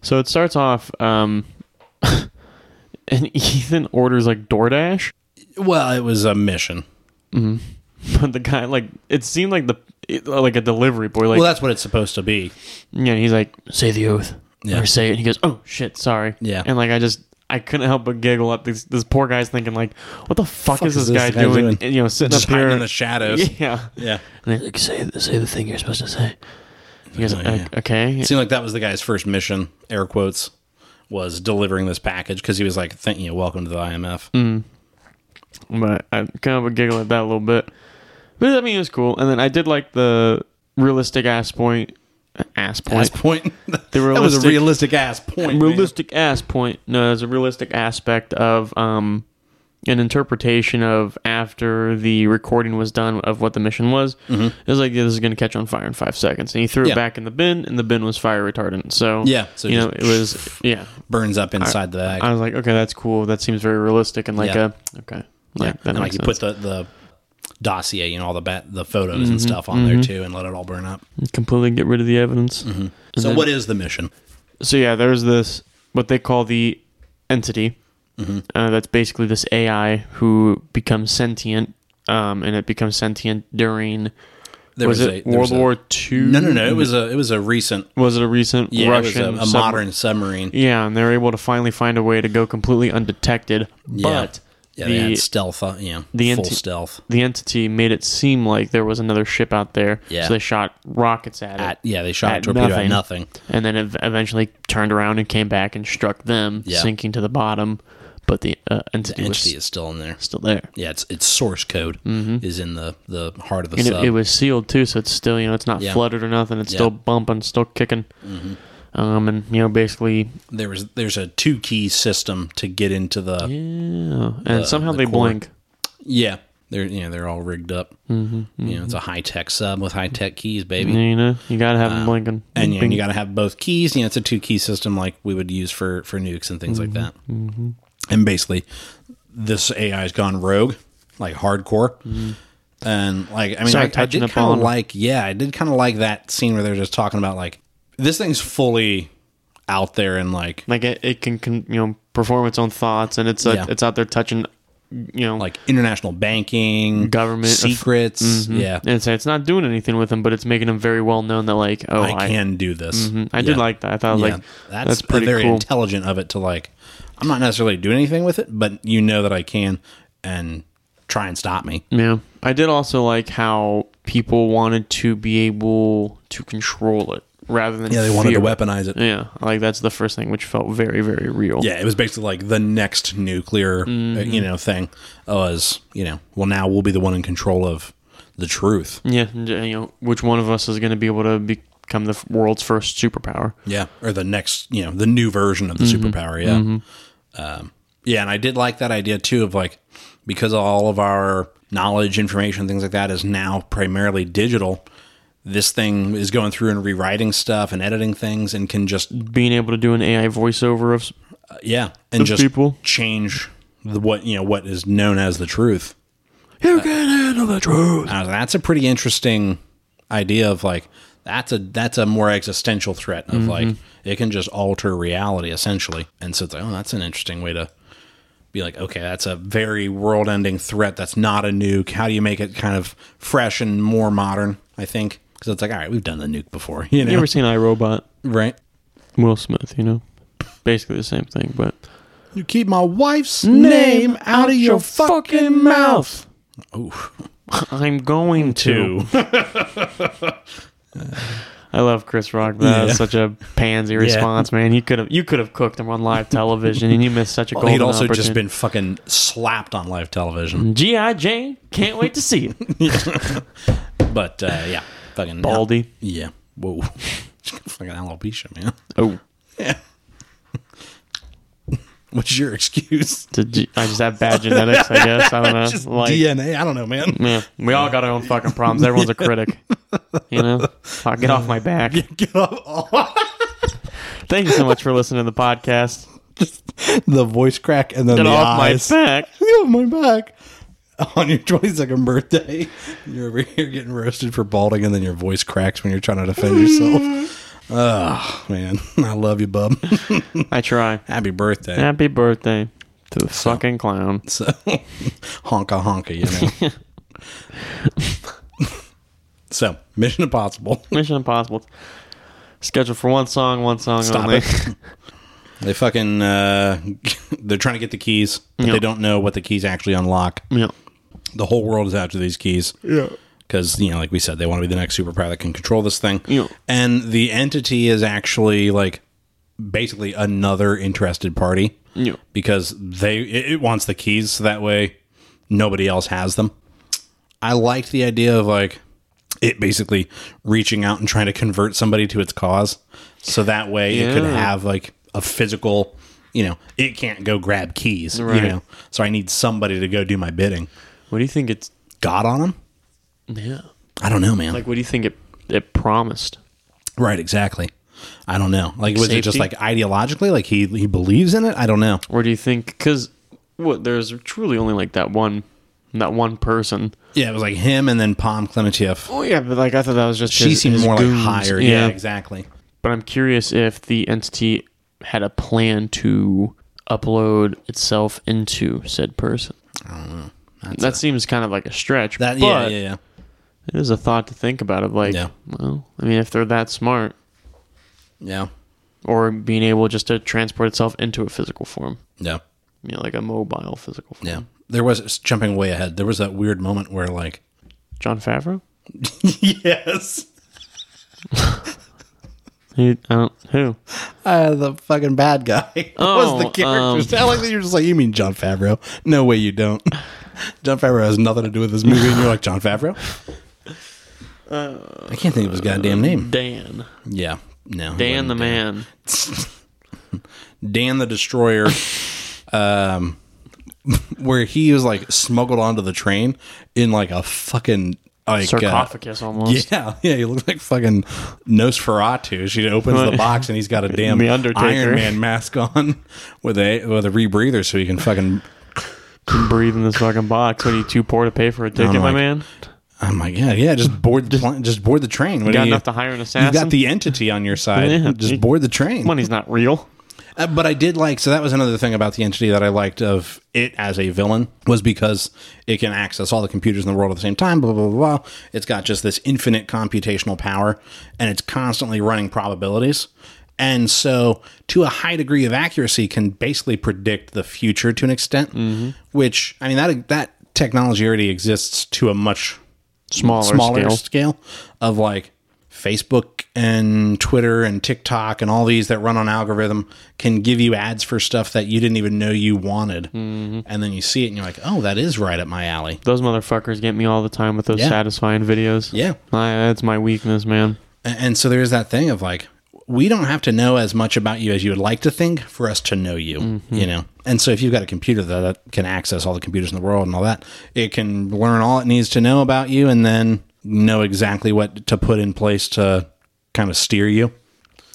B: So it starts off, um, (laughs) and Ethan orders like DoorDash,
A: Well, it was a mission. Mm-hmm.
B: but the guy like it seemed like the it- like a delivery boy. Like
A: well, that's what it's supposed to be.
B: yeah, and he's like say the oath
A: Yeah.
B: or say it. And he goes, oh shit, sorry.
A: Yeah.
B: and like I just. I couldn't help but giggle at this. This poor guy's thinking, like, "What the fuck,
A: Fuck
B: is this guy, doing? And, you know, sitting
A: Just
B: up here
A: hiding in the shadows.
B: (laughs) Yeah.
A: Yeah.
B: And they like say say the thing you're supposed to say. He goes,
A: Oh, yeah.
B: "Okay."
A: It seemed like that was the guy's first mission, air quotes, was delivering this package because he was like, thank you, welcome to the IMF.
B: Mm. but I kind of giggle at that a little bit. But I mean, it was cool. And then I did like the realistic ass point,
A: Ass
B: ass point,
A: point. (laughs)
B: the
A: that was
B: realistic,
A: a realistic ass point. man.
B: realistic ass point. No, there's a realistic aspect of um, an interpretation of after the recording was done of what the mission was.
A: Mm-hmm.
B: It was like yeah, this is gonna catch on fire in five seconds, and he threw
A: Yeah.
B: it back in the bin, and the bin was fire retardant. So
A: Yeah, so
B: you know,
A: just-
B: it was yeah.
A: Burns up inside the bag.
B: I was like, okay, that's cool. That seems very realistic and like
A: Yeah.
B: a okay.
A: Yeah.
B: Like, that
A: and like
B: makes
A: you
B: sense. Mm-hmm.
A: put the, the dossier, you know, all the ba- the photos and stuff on there too and let it all burn up. Mm-hmm.
B: completely get rid of the evidence.
A: So,
B: then-
A: what is the mission?
B: So yeah, there's this what they call the entity.
A: Mm-hmm.
B: Uh, that's basically this AI who becomes sentient, um, and it becomes sentient during
A: There
B: was, it World
A: a-
B: War Two?
A: No, no, no. It was a it was a recent
B: Was it a recent
A: yeah,
B: Russian
A: it was a- a,
B: sub-
A: modern submarine.
B: Yeah, and they're able to finally find a way to go completely undetected. But
A: yeah, they
B: the
A: had stealth, uh, you know,
B: the
A: full
B: anti-
A: stealth.
B: the entity made it seem like there was another ship out there.
A: Yeah.
B: So they shot rockets at it.
A: At, yeah, they shot
B: At
A: a torpedo at
B: nothing.
A: nothing.
B: and then ev- eventually turned around and came back and struck them,
A: Yeah.
B: sinking to the bottom. But the uh, entity,
A: Entity
B: was
A: is still in there.
B: still there, Mm-hmm.
A: Yeah, it's its source code is in the the heart of the
B: and
A: sub.
B: it, it was sealed too, so it's still you know it's not
A: Yeah.
B: flooded or nothing. It's
A: Yeah. Mm-hmm.
B: still bumping, still kicking. Um, and you know basically,
A: there was there's a two key system to get into the
B: yeah.
A: yeah.
B: And
A: The-
B: somehow
A: the
B: they
A: core.
B: blink.
A: They're you know they're all rigged up.
B: Mm-hmm,
A: You know it's a high tech sub with high tech keys, baby.
B: You know, you gotta have them blinking.
A: And you,
B: Bing.
A: you got to have both keys. You know, it's a two key system like we would use for for nukes and things
B: Mm-hmm.
A: like that. And basically, this AI has gone rogue, like hardcore. And like, I mean,
B: So
A: I, I
B: Mm-hmm. touching
A: did kind
B: upon-
A: of like, yeah, I did kind of like that scene where they're just talking about like this thing's fully out there and like
B: like it, it can, can you know perform its own thoughts, and it's uh,
A: Yeah.
B: it's out there touching, you know,
A: like international banking,
B: Government- uh, mm-hmm.
A: secrets. Yeah,
B: and it's it's not doing anything with them, but it's making them very well known that like oh Mm-hmm.
A: I can do this.
B: I did
A: Yeah.
B: like that. I thought
A: Yeah,
B: like that's, pretty
A: very
B: cool.
A: intelligent of it to like. I'm not necessarily doing anything with it, but you know that I can and try and stop me.
B: Yeah. I did also like how people wanted to be able to control it rather than
A: Yeah, they wanted
B: fear
A: to
B: it.
A: weaponize it.
B: Yeah, like that's the first thing which felt very very real.
A: Yeah, it was basically like the next nuclear, uh, you
B: Mm-hmm.
A: know, thing was you know, well now we'll be the one in control of the truth.
B: Yeah, and, uh, you know, which one of us is going to be able to become the f- world's first superpower?
A: Yeah, or the next, you know, the new version of the superpower. Yeah, um, yeah, and I did like that idea too of like because all of our knowledge, information, things like that is now primarily digital. This thing is going through and rewriting stuff and editing things and can just
B: Being able to do an AI voiceover of s-
A: uh, yeah and just
B: people.
A: change the what you know what is known as the truth.
B: you can handle the truth.
A: And I was like, that's a pretty interesting idea of like That's a that's a more existential threat of like it can just alter reality essentially. And so it's like, oh, that's an interesting way to be like, okay, that's a very world-ending threat. That's not a nuke. How do you make it kind of fresh and more modern? I think because it's like, all right, we've done the nuke before, you know,
B: You ever seen iRobot?
A: right?
B: Will Smith, you know? Basically the same thing, but.
A: You keep my wife's name out of your fucking mouth.
B: I'm going to.
A: Two.
B: I love Chris Rock. That
A: Yeah.
B: was such a
A: (laughs)
B: pansy response, man. You could have you could have cooked him on live television, and you missed such a golden
A: He'd also just
B: opportunity.
A: been fucking slapped on live television.
B: GI Jane. Can't wait
A: (laughs)
B: to see it.
A: But uh, yeah, fucking
B: Baldy.
A: Yeah. Whoa. (laughs) fucking alopecia, man. (laughs)
B: Oh,
A: Yeah. What's your excuse?
B: did you- I just
A: (laughs)
B: have bad genetics. I guess I don't know.
A: Just
B: Uh, like,
A: DNA. I don't know, man. (laughs)
B: (laughs) yeah, we all got our own fucking problems. Everyone's (laughs) a critic. You know, Fuck, get off my back.
A: Get off (laughs)
B: Thank you so much for listening to the podcast.
A: the voice crack and then
B: Get
A: the
B: off
A: eyes.
B: my back.
A: (laughs) Get off my back. (laughs) On your 22nd birthday, (laughs) you're over here getting roasted for balding, and then your voice cracks when you're trying to
B: (laughs)
A: defend yourself. Oh, man. (laughs) I love you, bub.
B: I try.
A: Happy birthday.
B: Happy birthday to the fucking clown.
A: (laughs) So (laughs) honka honka, you know.
B: (laughs)
A: so Mission Impossible.
B: Mission Impossible. Scheduled for one song, one song
A: Stop
B: only.
A: it. They fucking uh, (laughs) they're trying to get the keys, but
B: Yeah.
A: they don't know what the keys actually unlock.
B: (laughs) yeah.
A: The whole world is after these keys. Yeah. Because you know, like we said, they want to be the next superpower that can control this thing.
B: Yeah.
A: And the entity is actually like basically another interested party.
B: Yeah.
A: because they it, it wants the keys so that way nobody else has them. I liked the idea of like it basically reaching out and trying to convert somebody to its cause so that way it could
B: Yeah.
A: have like a physical, you know, it can't go grab keys,
B: Right.
A: you know. So I need somebody to go do my bidding.
B: What do you think it's
A: God on them?
B: yeah.
A: I don't know, man.
B: Like what do you think it it promised?
A: right, exactly. I don't know. Like was it just
B: safety?
A: like ideologically like he he believes in it? I don't know.
B: Or do you think cuz what there's truly only like that one that one person.
A: Yeah, it was like him and then Pom Clementieff.
B: Oh yeah, but like I thought that was just
A: She seemed more like higher. yeah exactly.
B: But I'm curious if the entity had a plan to upload itself into said person. I don't know. that seems kind of like a stretch.
A: That
B: but
A: yeah, yeah, yeah.
B: It is a thought to think about. Of like,
A: Yeah.
B: well, I mean, if they're that smart,
A: Yeah.
B: or being able just to transport itself into a physical form,
A: Yeah.
B: you know, like a mobile physical form.
A: Yeah. There was it's jumping way ahead. There was that weird moment where like (laughs)
B: John Favreau.
A: Yes.
B: He, I don't who.
A: Uh, the fucking bad guy (laughs)
B: Oh,
A: was the character.
B: um,
A: Sound (laughs) like that you're just like you mean John Favreau? No way you don't. (laughs) John Favreau has nothing to do with this movie, and you're like John
B: (laughs)
A: Favreau.
B: Uh,
A: I can't think of his goddamn name.
B: Dan.
A: Yeah, no,
B: Dan the man.
A: Dan the
B: (laughs)
A: Destroyer, um, where he was like smuggled onto the train in like a fucking like uh,
B: Sarcophagus almost.
A: Yeah, (laughs) yeah, he looks like fucking Nosferatu. She opens the box and he's
B: (laughs)
A: got a damn
B: The Undertaker.
A: Iron Man mask on (laughs) with a with a rebreather, so he can fucking.
B: Couldn't breathe in this fucking box. What are you too poor to pay for a ticket, my
A: like,
B: man?
A: Oh my god! Yeah, just board the plane, just board the train. What
B: Got
A: do you,
B: enough to hire an
A: you
B: assassin.
A: got the entity on your side.
B: (laughs) Yeah.
A: just board the train.
B: money's not real.
A: Uh, but I did like so that was another thing about the entity that I liked of it as a villain was because it can access all the computers in the world at the same time. Blah blah blah. blah. It's got just this infinite computational power, and it's constantly running probabilities. And so, to a high degree of accuracy, can basically predict the future to an extent. Which I mean that that technology already exists to a much
B: Smaller,
A: smaller
B: scale.
A: scale. of like Facebook and Twitter and TikTok and all these that run on algorithm can give you ads for stuff that you didn't even know you wanted.
B: Mm-hmm.
A: And then you see it and you're like, oh, that is right up my alley.
B: Those motherfuckers get me all the time with those
A: Yeah.
B: satisfying videos.
A: Yeah.
B: My, that's my weakness, man.
A: A- And so there's that thing of like, we don't have to know as much about you as you would like to think for us to know you, you know? And so if you've got a computer that, that can access all the computers in the world and all that, it can learn all it needs to know about you and then know exactly what to put in place to kind of steer you.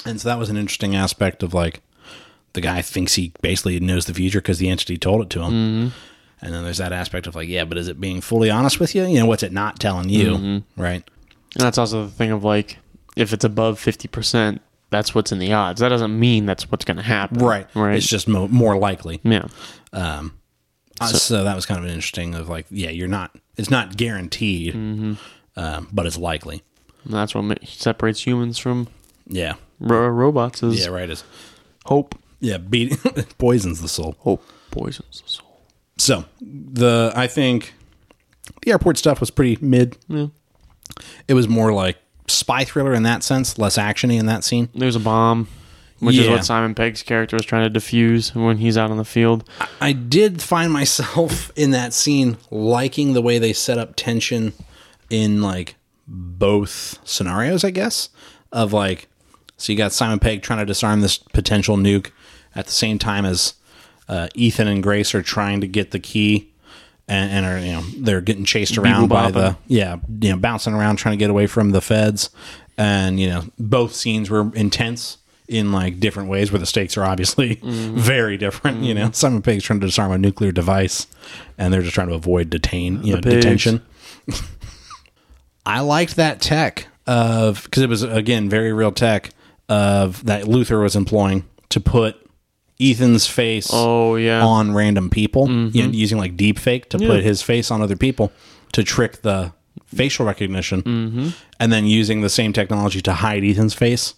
A: And so that was an interesting aspect of like the guy thinks he basically knows the future because the entity told it to him. And then there's that aspect of like, yeah, but is it being fully honest with you? You know, what's it not telling you? Right.
B: And that's also the thing of like if it's above 50%, that's what's in the odds. That doesn't mean that's what's going to happen.
A: Right.
B: Right.
A: It's just mo- more likely.
B: yeah.
A: Um, uh, so, that was kind of an interesting of like, yeah, you're not. It's not guaranteed, um, but it's likely.
B: And that's what ma- separates humans from
A: Yeah.
B: ro- robots is
A: Yeah. Right. It's,
B: hope.
A: yeah. Beat (laughs) it poisons the soul.
B: Hope poisons the soul.
A: So the I think the airport stuff was pretty mid.
B: Yeah.
A: It was more like spy thriller in that sense, less actiony in that scene.
B: There's a bomb, which is
A: Yeah.
B: what Simon Pegg's character is trying to defuse when he's out on the field.
A: I did find myself (laughs) in that scene liking the way they set up tension in like both scenarios, I guess. Of like, so you got Simon Pegg trying to disarm this potential nuke at the same time as uh, Ethan and Grace are trying to get the key and, and are, you know, they're getting chased around by the,
B: bopping.
A: yeah, you know, bouncing around trying to get away from the feds. And, you know, both scenes were intense in like different ways where the stakes are obviously very different. You know, Simon Pegg's trying to disarm a nuclear device and they're just trying to avoid detain, you know,
B: pigs.
A: detention. (laughs) I liked that tech of, because it was, again, very real tech of that Luther was employing to put Ethan's face
B: Oh, yeah. Mm-hmm.
A: on random people, you know, using like deep fake to put his face on other people to trick the facial recognition,
B: Mm-hmm.
A: and then using the same technology to hide Ethan's face.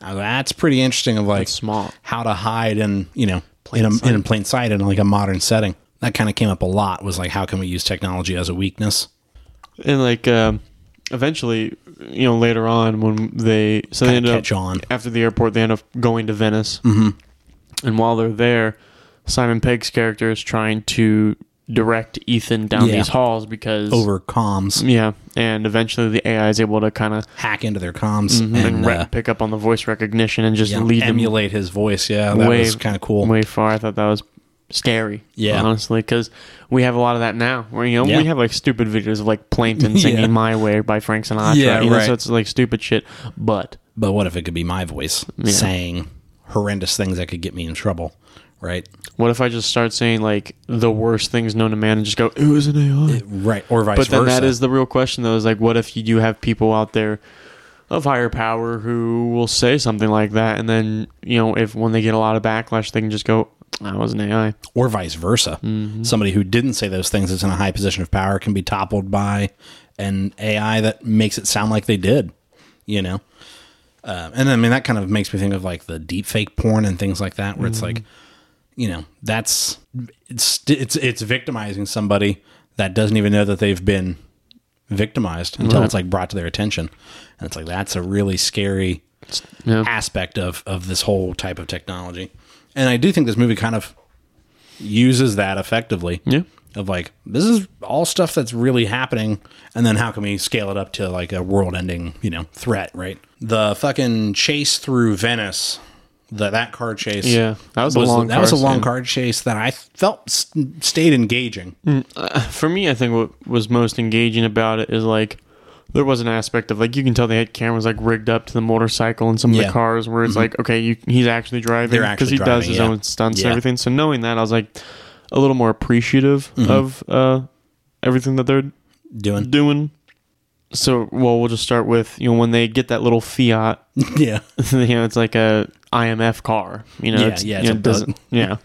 A: I was like, that's pretty interesting. Of like
B: smart.
A: how to hide in you know in a, in plain sight in like a modern setting. That kind of came up a lot. Was like how can we use technology as a weakness?
B: And like, um, eventually, you know, later on when they so they
A: Kinda
B: ended
A: catch
B: up
A: on.
B: after the airport, they end up going to Venice. Mm-hmm. And while they're there, Simon Pegg's character is trying to direct Ethan down
A: Yeah.
B: these halls because
A: Over comms,
B: yeah, and eventually the AI is able to kind of
A: hack into their comms
B: and,
A: and
B: re-
A: uh,
B: pick up on the voice recognition and Mm-hmm. just
A: yeah,
B: lead them
A: emulate his voice. Yeah, that
B: way-
A: was kind of cool.
B: way far. I thought that was scary.
A: Yeah.
B: honestly, because we have a lot of that now. Where you know
A: Yeah.
B: we have like stupid videos of
A: (laughs)
B: like Plankton singing
A: Yeah.
B: "My Way" by Frank Sinatra.
A: Yeah,
B: you know,
A: right.
B: So it's like stupid shit. But
A: But what if it could be my voice saying horrendous things that could get me in trouble, right?
B: what if I just start saying like the worst things known to man and just go, "It was an AI."
A: Right, or vice
B: But then
A: versa.
B: that is the real question though. Is like, what if you do have people out there? Of higher power who will say something like that, and then you know if when they get a lot of backlash, they can just go, "I was an AI."
A: or vice versa. Somebody who didn't say those things that's in a high position of power can be toppled by an AI that makes it sound like they did, you know? Um, and I mean, that kind of makes me think of like the deep fake porn and things like that, where it's like, you know, that's it's, it's, it's victimizing somebody that doesn't even know that they've been victimized until it's like brought to their attention. And it's like, that's a really scary
B: Yeah.
A: aspect of of this whole type of technology. And I do think this movie kind of uses that effectively.
B: Yeah.
A: Of like this is all stuff that's really happening and then how can we scale it up to like a world-ending, you know, threat, right? The fucking chase through Venice, the that car chase.
B: Yeah, that was a long
A: that was a
B: car
A: long
B: scene.
A: car chase that I felt s- stayed engaging.
B: Mm. for me, I think what was most engaging about it is like there was an aspect of like you can tell they had cameras like rigged up to the motorcycle and some of
A: Yeah. Mm-hmm.
B: the cars where it's like okay, you, he's actually driving
A: They're actually
B: because he does
A: driving,
B: his
A: yeah.
B: own stunts
A: Yeah.
B: and everything. So knowing that, I was like a little more appreciative
A: Mm-hmm.
B: of uh, everything that they're
A: Doing (laughs)
B: doing. So well, we'll just start with you know when they get that little Fiat, (laughs)
A: yeah.
B: you know it's like a IMF car, you know
A: Yeah,
B: it's,
A: yeah,
B: yeah,
A: it's
B: you
A: a
B: know, it doesn't (laughs) yeah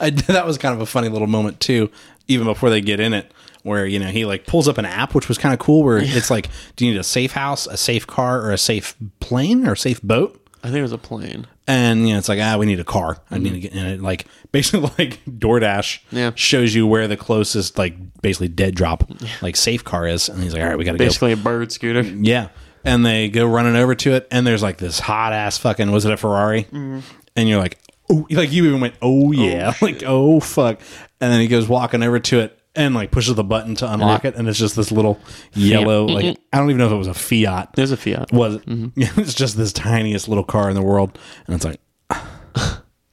A: I, that was kind of a funny little moment too, even before they get in it, where you know he like pulls up an app, which was kind of cool. Where it's like, do you need a safe house, a safe car, or a safe plane or a safe boat?
B: I think it was a plane.
A: And you know, it's like, ah, we need a car. I need to get in it. Like (laughs) basically, like DoorDash
B: Yeah.
A: shows you where the closest like basically dead drop like safe car is, and he's like, all right, we got to go.
B: Basically, a bird
A: (laughs)
B: scooter.
A: Yeah. And they go running over to it, and there's like this hot ass fucking was it a Ferrari? And you're like, oh, like you even went, Mm-hmm. oh yeah, (laughs) like oh fuck. And then he goes walking over to it and like pushes the button to unlock it, and it's just this little yellow, like I don't even know if it was a Fiat.
B: There's a Fiat.
A: Was it? Yeah, (laughs) it's just this tiniest little car in the world, and it's like, (sighs) all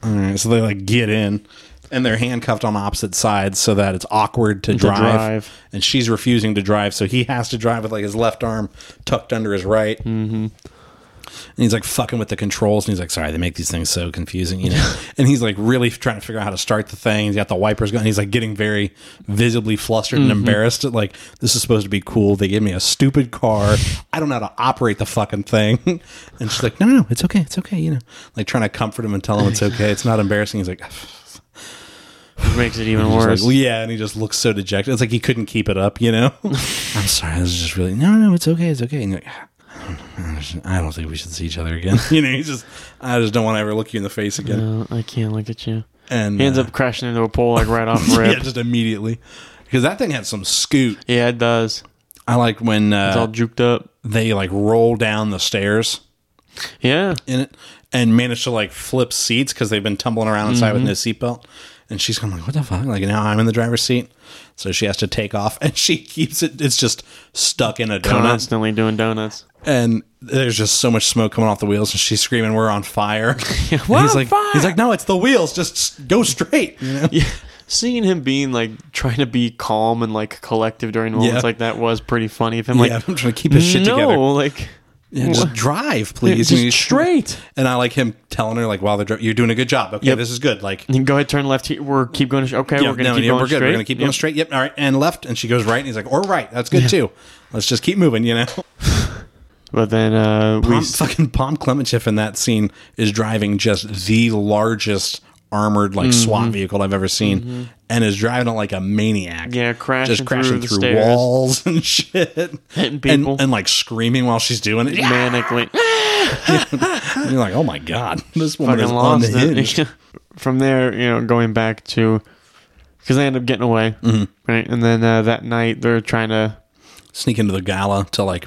A: right. So they like get in, and they're handcuffed on opposite sides so that it's awkward to drive.
B: drive.
A: And she's refusing to drive, so he has to drive with like his left arm tucked under his right. And he's like fucking with the controls, and he's like, "Sorry, they make these things so confusing," you know. and he's like really trying to figure out how to start the thing. He's got the wipers going. He's like getting very visibly flustered and embarrassed. At, like this is supposed to be cool. They gave me a stupid car. I don't know how to operate the fucking thing. (laughs) and she's like, "No, no, no, it's okay, it's okay," you know. Like trying to comfort him and tell him it's okay. It's not embarrassing. He's like.
B: Which makes it even
A: He's
B: worse.
A: like, yeah, and he just looks so dejected. It's like he couldn't keep it up, you know. (laughs) I'm sorry, this is just really no, no, no, it's okay, it's okay. And you're like, I don't think we should see each other again. (laughs) you know, he's just I just don't want to ever look you in the face again.
B: No, I can't look at you.
A: And
B: He ends
A: uh, (laughs)
B: up crashing into a pole like right off
A: yeah,
B: rip.
A: just immediately because that thing had some scoot.
B: yeah, it does.
A: I like when
B: It's all
A: uh,
B: juked up.
A: they like roll down the stairs
B: Yeah.
A: in it and manage to like flip seats because they've been tumbling around inside with no
B: Mm-hmm.
A: seatbelt. And she's kind of like, what the fuck? Like now I'm in the driver's seat. So she has to take off (laughs) and she keeps it. It's just stuck in a donut.
B: Constantly
A: (laughs)
B: doing donuts.
A: and there's just so much smoke coming off the wheels, and she's screaming, "We're on
B: (laughs)
A: fire!" And
B: we're
A: he's
B: on
A: like,
B: fire!
A: "He's like, no, it's the wheels. Just s- go straight." You know?
B: Yeah. Seeing him being like trying to be calm and like collective during moments
A: Yeah.
B: like that was pretty funny. If I'm
A: (laughs)
B: like,
A: yeah, I'm trying to keep his shit
B: no,
A: together.
B: like,
A: Yeah, just drive, please.
B: just
A: And he's-
B: straight.
A: And I like him telling her, like, while they're dri- you're doing a good job. Okay,
B: Yep.
A: this is good. Like,
B: And then go ahead, turn left. Here. We're keep going. sh- Okay,
A: yeah,
B: we're gonna
A: no,
B: keep
A: yeah,
B: going
A: we're good.
B: straight.
A: We're gonna keep going
B: Yep.
A: straight. Yep. All right, and left, and she goes right, and he's like, "Or right. That's good too. Let's just keep moving." You know,
B: But then uh, (laughs) we
A: Pom, fucking Pom Clementchef in that scene is driving just the largest armored like
B: Mm-hmm.
A: SWAT vehicle I've ever seen, and is driving it like a maniac.
B: Yeah, crashing
A: just crashing
B: through the
A: through,
B: stairs.
A: walls (laughs) and shit,
B: Hitting people.
A: and, and like screaming while she's doing it. Yeah.
B: manically
A: And you're like, oh my god, (laughs) this woman
B: fucking
A: is on
B: lost
A: the
B: it. (laughs) From there, you know, going back to because they end up getting away,
A: Mm-hmm.
B: right? And then uh, that night they're trying to,
A: Sneak into the gala to like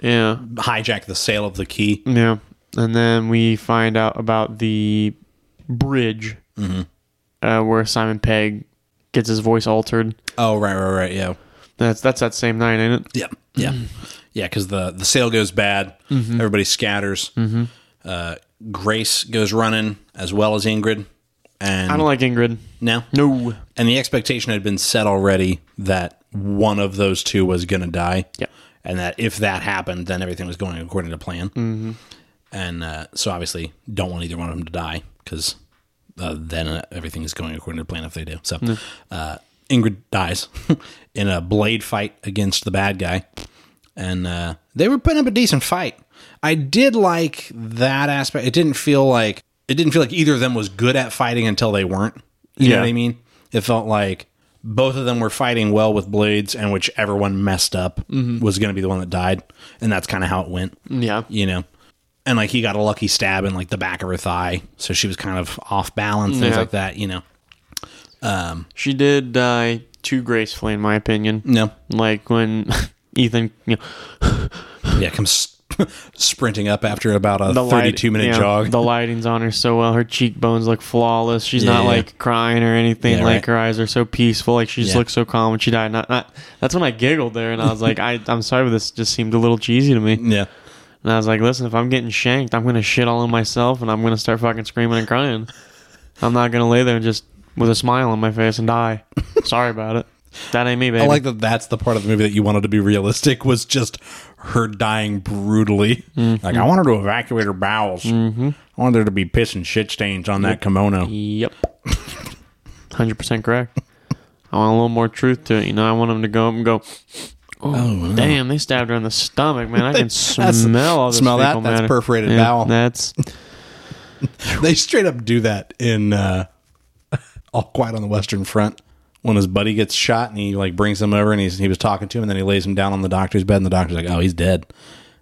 B: yeah,
A: hijack the sale of the key.
B: yeah. And then we find out about the bridge
A: Mm-hmm.
B: uh, where Simon Pegg gets his voice altered.
A: Oh right, right, right. Yeah,
B: That's that's that same night, ain't it?
A: yeah, yeah,
B: Mm-hmm.
A: yeah. Because the the sale goes bad. Everybody scatters. Mm-hmm. Uh, Grace goes running as well as Ingrid. And
B: I don't like Ingrid.
A: now,
B: No.
A: and the expectation had been set already that one of those two was going to die.
B: Yeah.
A: And that if that happened, then everything was going according to plan. Mm-hmm. And uh, so obviously, don't want either one of them to die because uh, then uh, everything is going according to plan if they do. So uh, Ingrid dies (laughs) in a blade fight against the bad guy. And uh, they were putting up a decent fight. I did like that aspect. It didn't feel like it didn't feel like either of them was good at fighting until they weren't. You know
B: Yeah.
A: what I mean? It felt like both of them were fighting well with blades, and whichever one messed up
B: Mm-hmm.
A: was going to be the one that died. And that's kind of how it went
B: Yeah.
A: you know. And like he got a lucky stab in like the back of her thigh, so she was kind of off balance, things
B: Yeah.
A: like that, you know.
B: She did die too gracefully, in my opinion.
A: No,
B: Like when (laughs) Ethan, you know,
A: yeah, comes (laughs) sprinting up after about a
B: the light-
A: thirty-two minute
B: yeah,
A: jog.
B: The lighting's on her so well. Her cheekbones look flawless. She's not
A: Yeah.
B: like crying or anything.
A: Yeah,
B: like
A: right.
B: her eyes are so peaceful. Like she just
A: Yeah.
B: looks so calm when she died. Not, not, that's when I giggled there, and I
A: (laughs)
B: was like, I, I'm sorry, but this just seemed a little cheesy to me.
A: (laughs)
B: And
A: yeah,
B: I was like, listen, if I'm getting shanked, I'm gonna shit all in myself, and I'm gonna start fucking screaming and crying. I'm not gonna lay there and just with a smile on my face and
A: (laughs)
B: die. sorry about it. That ain't me, baby.
A: I like that. That's the part of the movie that you wanted to be realistic (laughs) was just her dying brutally. Mm-hmm. Like I wanted to evacuate her bowels. I wanted there to be piss and shit stains on that kimono.
B: Yep. 100% correct. I want a little more truth to it. You know, I want them to go up and go, oh, damn, they stabbed her in the stomach,
A: (laughs)
B: man. I can smell all this
A: smell that?
B: fecal
A: That's
B: matter."
A: perforated bowel. (laughs)
B: That's,
A: (laughs) They straight up do that in uh, (laughs) All Quiet on the Western Front when his buddy gets shot and he like brings him over and he's, he was talking to him and then he lays him down on the doctor's bed and the doctor's like, oh, he's dead.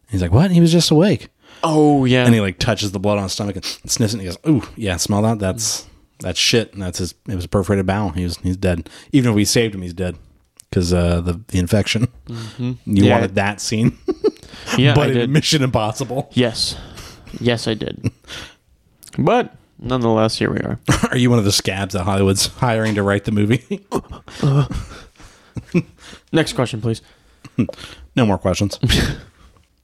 A: He's like, what? he was just awake.
B: oh, yeah.
A: And he like touches the blood on his stomach and sniffs it and he goes, ooh, yeah, smell that? That's that's shit. And that's his, it was a perforated bowel. He was, he's dead. Even if we saved him, he's dead because uh, the, the infection. You
B: Mm-hmm. (laughs) Yeah.
A: wanted that scene,
B: yeah, I
A: but
B: did.
A: in Mission Impossible. (laughs)
B: yes. Yes, I did. But nonetheless, here we are.
A: Are you one of the scabs that Hollywood's (laughs) hiring to write the movie? (laughs)
B: Next question, please.
A: No more
B: (laughs)
A: questions.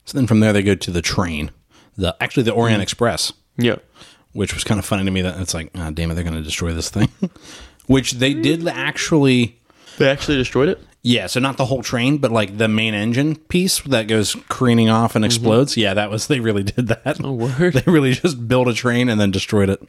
A: so then from there they go to the train, the actually the Orient Express,
B: Yep.
A: which was (laughs) kind of funny to me. That it's like, ah, damn it, they're going to destroy this thing. which they did actually.
B: They actually destroyed it?
A: Yeah, so not the whole train, but like the main engine piece that goes careening off and explodes. Yeah, that was they really (laughs) did that.
B: Mm-hmm. Oh, word.
A: They really just built a train and then destroyed
B: (laughs)
A: it.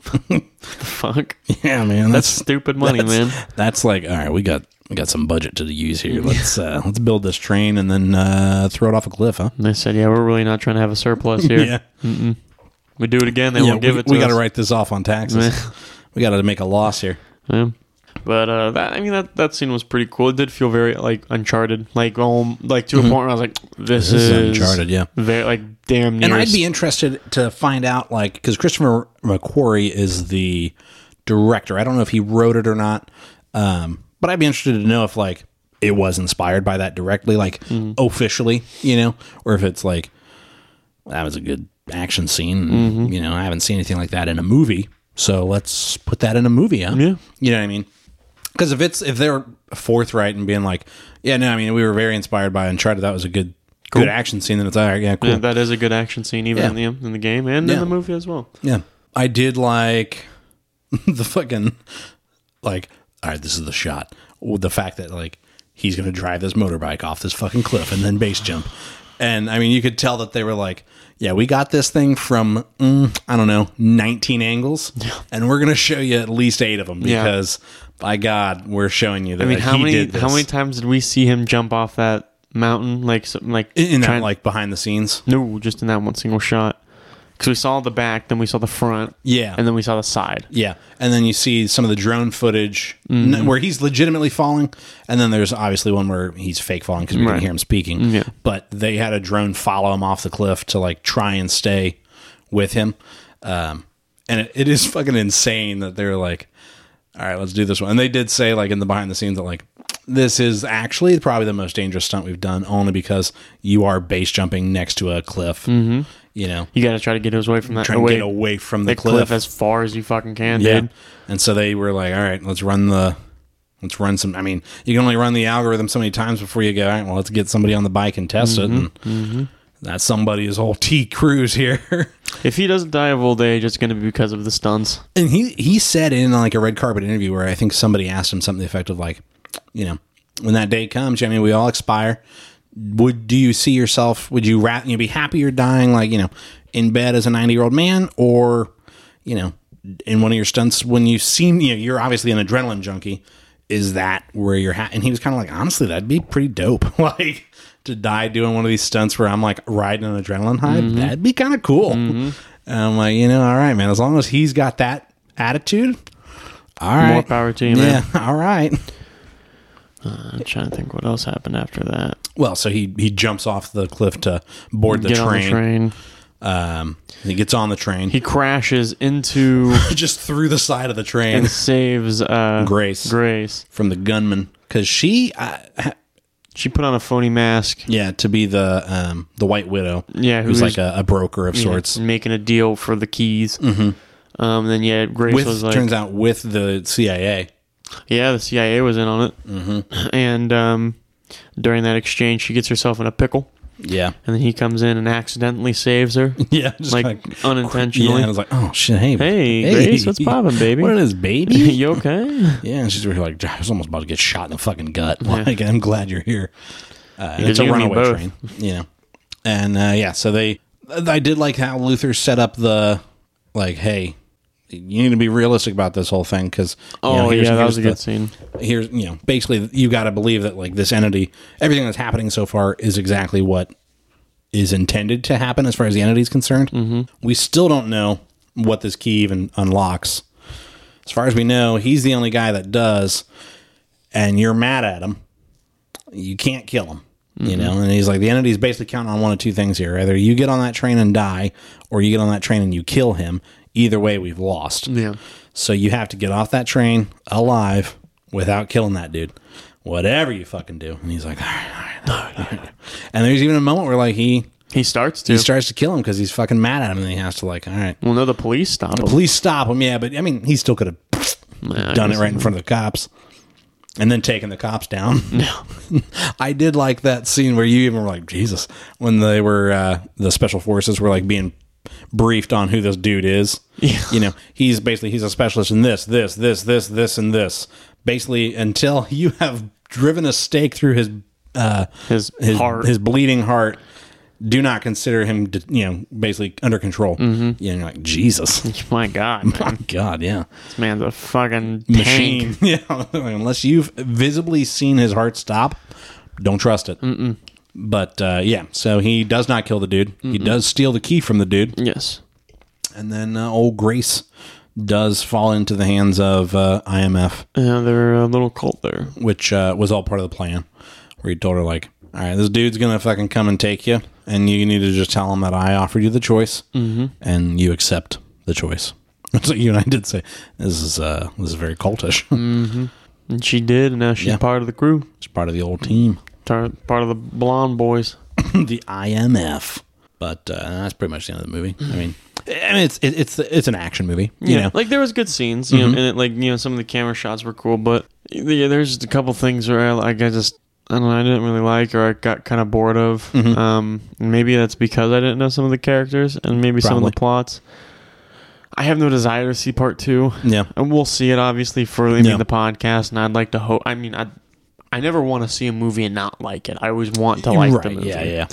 B: Fuck.
A: Yeah, man, that's
B: That's stupid money,
A: that's,
B: man.
A: That's like all right, we got we got some budget to use here. Let's uh, let's build this train and then uh, throw it off a cliff, huh?
B: And they said, yeah, we're really not trying to have
A: (laughs)
B: a surplus here.
A: Yeah,
B: We do it again, they
A: yeah.
B: won't give
A: we
B: it to
A: we
B: us.
A: got to write this off on taxes. we got to make a loss here.
B: Yeah. But uh, that I mean that that scene was pretty cool. It did feel very like Uncharted, like um, like to a point where I was like, this,
A: Mm-hmm. This
B: is,
A: is Uncharted, yeah.
B: very like damn near.
A: And I'd be interested to find out, like, because Christopher McQuarrie is the director. I don't know if he wrote it or not, um, but I'd be interested to know if, like, it was inspired by that directly, like,
B: Mm-hmm.
A: officially, you know, or if it's like, that was a good action scene.
B: Mm-hmm.
A: You know, I haven't seen anything like that in a movie, so let's put that in a movie, huh?
B: Yeah.
A: You know what I mean? Because if it's if they're forthright and being like, yeah, no, I mean, we were very inspired by Uncharted. That was a good. Good action scene. Then it's all right. Yeah, cool.
B: Yeah, that is a good action scene, even
A: Yeah.
B: in the in the game and in
A: Yeah.
B: the movie as well.
A: Yeah. I did like (laughs) the fucking like all right, this is the shot. With the fact that like he's gonna drive this motorbike off this fucking cliff and then base jump. And I mean you could tell that they were like, Yeah, we got this thing from mm, I don't know, nineteen angles. And we're gonna show you at least eight of them
B: Yeah.
A: because by God, we're showing you that
B: I mean, how
A: he
B: many
A: did this
B: how many times did we see him jump off that mountain? Like some, like
A: in in that
B: trying-
A: like behind the scenes.
B: no, just in that one single shot. Because we saw the back, then we saw the front,
A: Yeah.
B: and then we saw the side.
A: Yeah, and then you see some of the drone footage
B: Mm-hmm.
A: n- where he's legitimately falling, and then there's obviously one where he's fake falling because we
B: Right. Mm,
A: didn't hear him speaking.
B: Yeah.
A: But they had a drone follow him off the cliff to like try and stay with him, um, and it, it is fucking insane that they're like, "All right, let's do this one." And they did say like in the behind the scenes that like this is actually probably the most dangerous stunt we've done, only because you are base jumping next to a cliff. Mm-hmm. You know,
B: You got to try to get his way from that
A: trying
B: away,
A: to get away from the
B: the cliff. as far as you fucking can, dude.
A: and so they were like, all right, let's run the, let's run some. I mean, you can only run the algorithm so many times before you go, all right, well, let's get somebody on the bike and test it. And that somebody is whole T Cruz here. (laughs)
B: If he doesn't die of old age, it's going to be because of the stunts.
A: and he, he said in like a red carpet interview where I think somebody asked him something effective, like, you know, when that day comes, I mean, we all expire. Would do you see yourself? Would you ra- you be happier dying like you know in bed as a ninety year old man, or you know in one of your stunts when you seem you know, you're obviously an adrenaline junkie? Is that where you're? Ha-? And he was kind of like, honestly, that'd be pretty dope. (laughs) like to die doing one of these stunts where I'm like riding an adrenaline high.
B: Mm-hmm.
A: That'd be kind of cool. And I'm like, you know, all right, man. As long as he's got that attitude, all right,
B: More power to you,
A: yeah,
B: man.
A: all right.
B: I'm trying to think what else happened after that.
A: Well, so he he jumps off the cliff to board the
B: get on
A: train.
B: the train.
A: Um, he gets on the train.
B: He crashes into
A: (laughs) just through the side of the train
B: and saves uh,
A: Grace.
B: Grace.
A: from the gunman because she, uh,
B: She put on a phony mask.
A: yeah, to be the um, the White Widow,
B: Yeah,
A: who's
B: who
A: like a, a broker of sorts.
B: making a deal for the keys. Mm-hmm. Um, then yeah, Grace was
A: With
B: like,
A: turns out with the CIA.
B: yeah, the CIA was in on it. Mm-hmm. (clears throat) And um, during that exchange, she gets herself in a pickle, (laughs)
A: Yeah,
B: and then he comes in and accidentally
A: (laughs)
B: saves her,
A: yeah, just
B: like
A: kinda- yeah.
B: unintentionally.
A: And I was like, oh shit, hey,
B: Hey, Grace, what's poppin', baby?
A: What it is, baby?
B: (laughs) you okay?
A: Yeah, and she's really like, I was almost about to get shot in the fucking gut. Like, I'm glad you're here. Uh, and it's
B: you
A: a
B: and me
A: runaway
B: both.
A: train, you know. And uh, yeah, so they, I did like how Luther set up the, like, hey, you need to be realistic about this whole thing because.
B: Oh yeah, that was a good scene.
A: Here's you know, basically, you got to believe that like this entity, everything that's happening so far is exactly what is intended to happen as far as the entity is concerned. Mm-hmm. We still don't know what this key even unlocks. As far as we know, he's the only guy that does, and you're mad at him. You can't kill him. You know, and he's like, the entity's basically counting on one of two things here. Either you get on that train and die, or you get on that train and you kill him. Either way, we've lost.
B: Yeah.
A: So you have to get off that train alive without killing that dude. Whatever you fucking do. And he's like, all right, all right, all right, all right. And there's even a moment where like he
B: He starts to.
A: he starts to kill him because he's fucking mad at him, and he has to like, all right,
B: well, no, the police stop him.
A: please stop him. Yeah, but I mean, he still could have
B: Nah, I
A: done it
B: guess-
A: right in front of the cops, and then taken the cops
B: (laughs)
A: down. I did like that scene where you even were like, Jesus, when they were uh, the special forces were like being briefed on who this dude is.
B: Yeah.
A: You know, he's basically he's a specialist in this, this, this, this, this, and this. basically until (laughs) you have driven a stake through his uh,
B: His,
A: his
B: heart.
A: his bleeding heart. Do not consider him, to, you know, basically under control.
B: Mm-hmm.
A: You know, like
B: (laughs)
A: Jesus,
B: my God,
A: (laughs)
B: man.
A: my God, yeah,
B: this man's a fucking tank.
A: machine, (laughs) yeah. Unless you've visibly seen his heart stop, don't trust it. Mm-mm. But uh, yeah, so he does not kill the dude. He does steal the key from the dude.
B: Yes.
A: and then uh, old Grace does fall into the hands of uh, IMF,
B: Yeah, they're a little cult there.
A: which uh, was all part of the plan, where he told her like, "All right, this dude's gonna fucking come and take you, and you need to just tell him that I offered you the choice, and you accept the choice." (laughs) That's what you and I did say. This is uh, this is very cultish.
B: And she did, and now she's
A: Yeah.
B: part of the crew,
A: it's part of the old team,
B: tar- part of the blonde boys.
A: (laughs) the IMF. But uh, that's pretty much the end of the movie. I mean, I mean, it's it, it's it's an action movie, you know. Mm-hmm.
B: like there was good scenes, you know, and it, like you know some of the camera shots were cool, but yeah, there's just a couple things where I, like I just I don't know, I didn't really like or I got kind of bored of.
A: Mm-hmm.
B: Um, maybe that's because I didn't know some of the characters and maybe some of
A: Probably.
B: the plots. I have no desire to see part two.
A: (laughs) yeah,
B: And we'll see it obviously for leaving
A: Yeah.
B: the podcast, and I'd like to hope. I mean, I I never want to see a movie and not like it. I always want to like the
A: right,
B: movie.
A: yeah, yeah.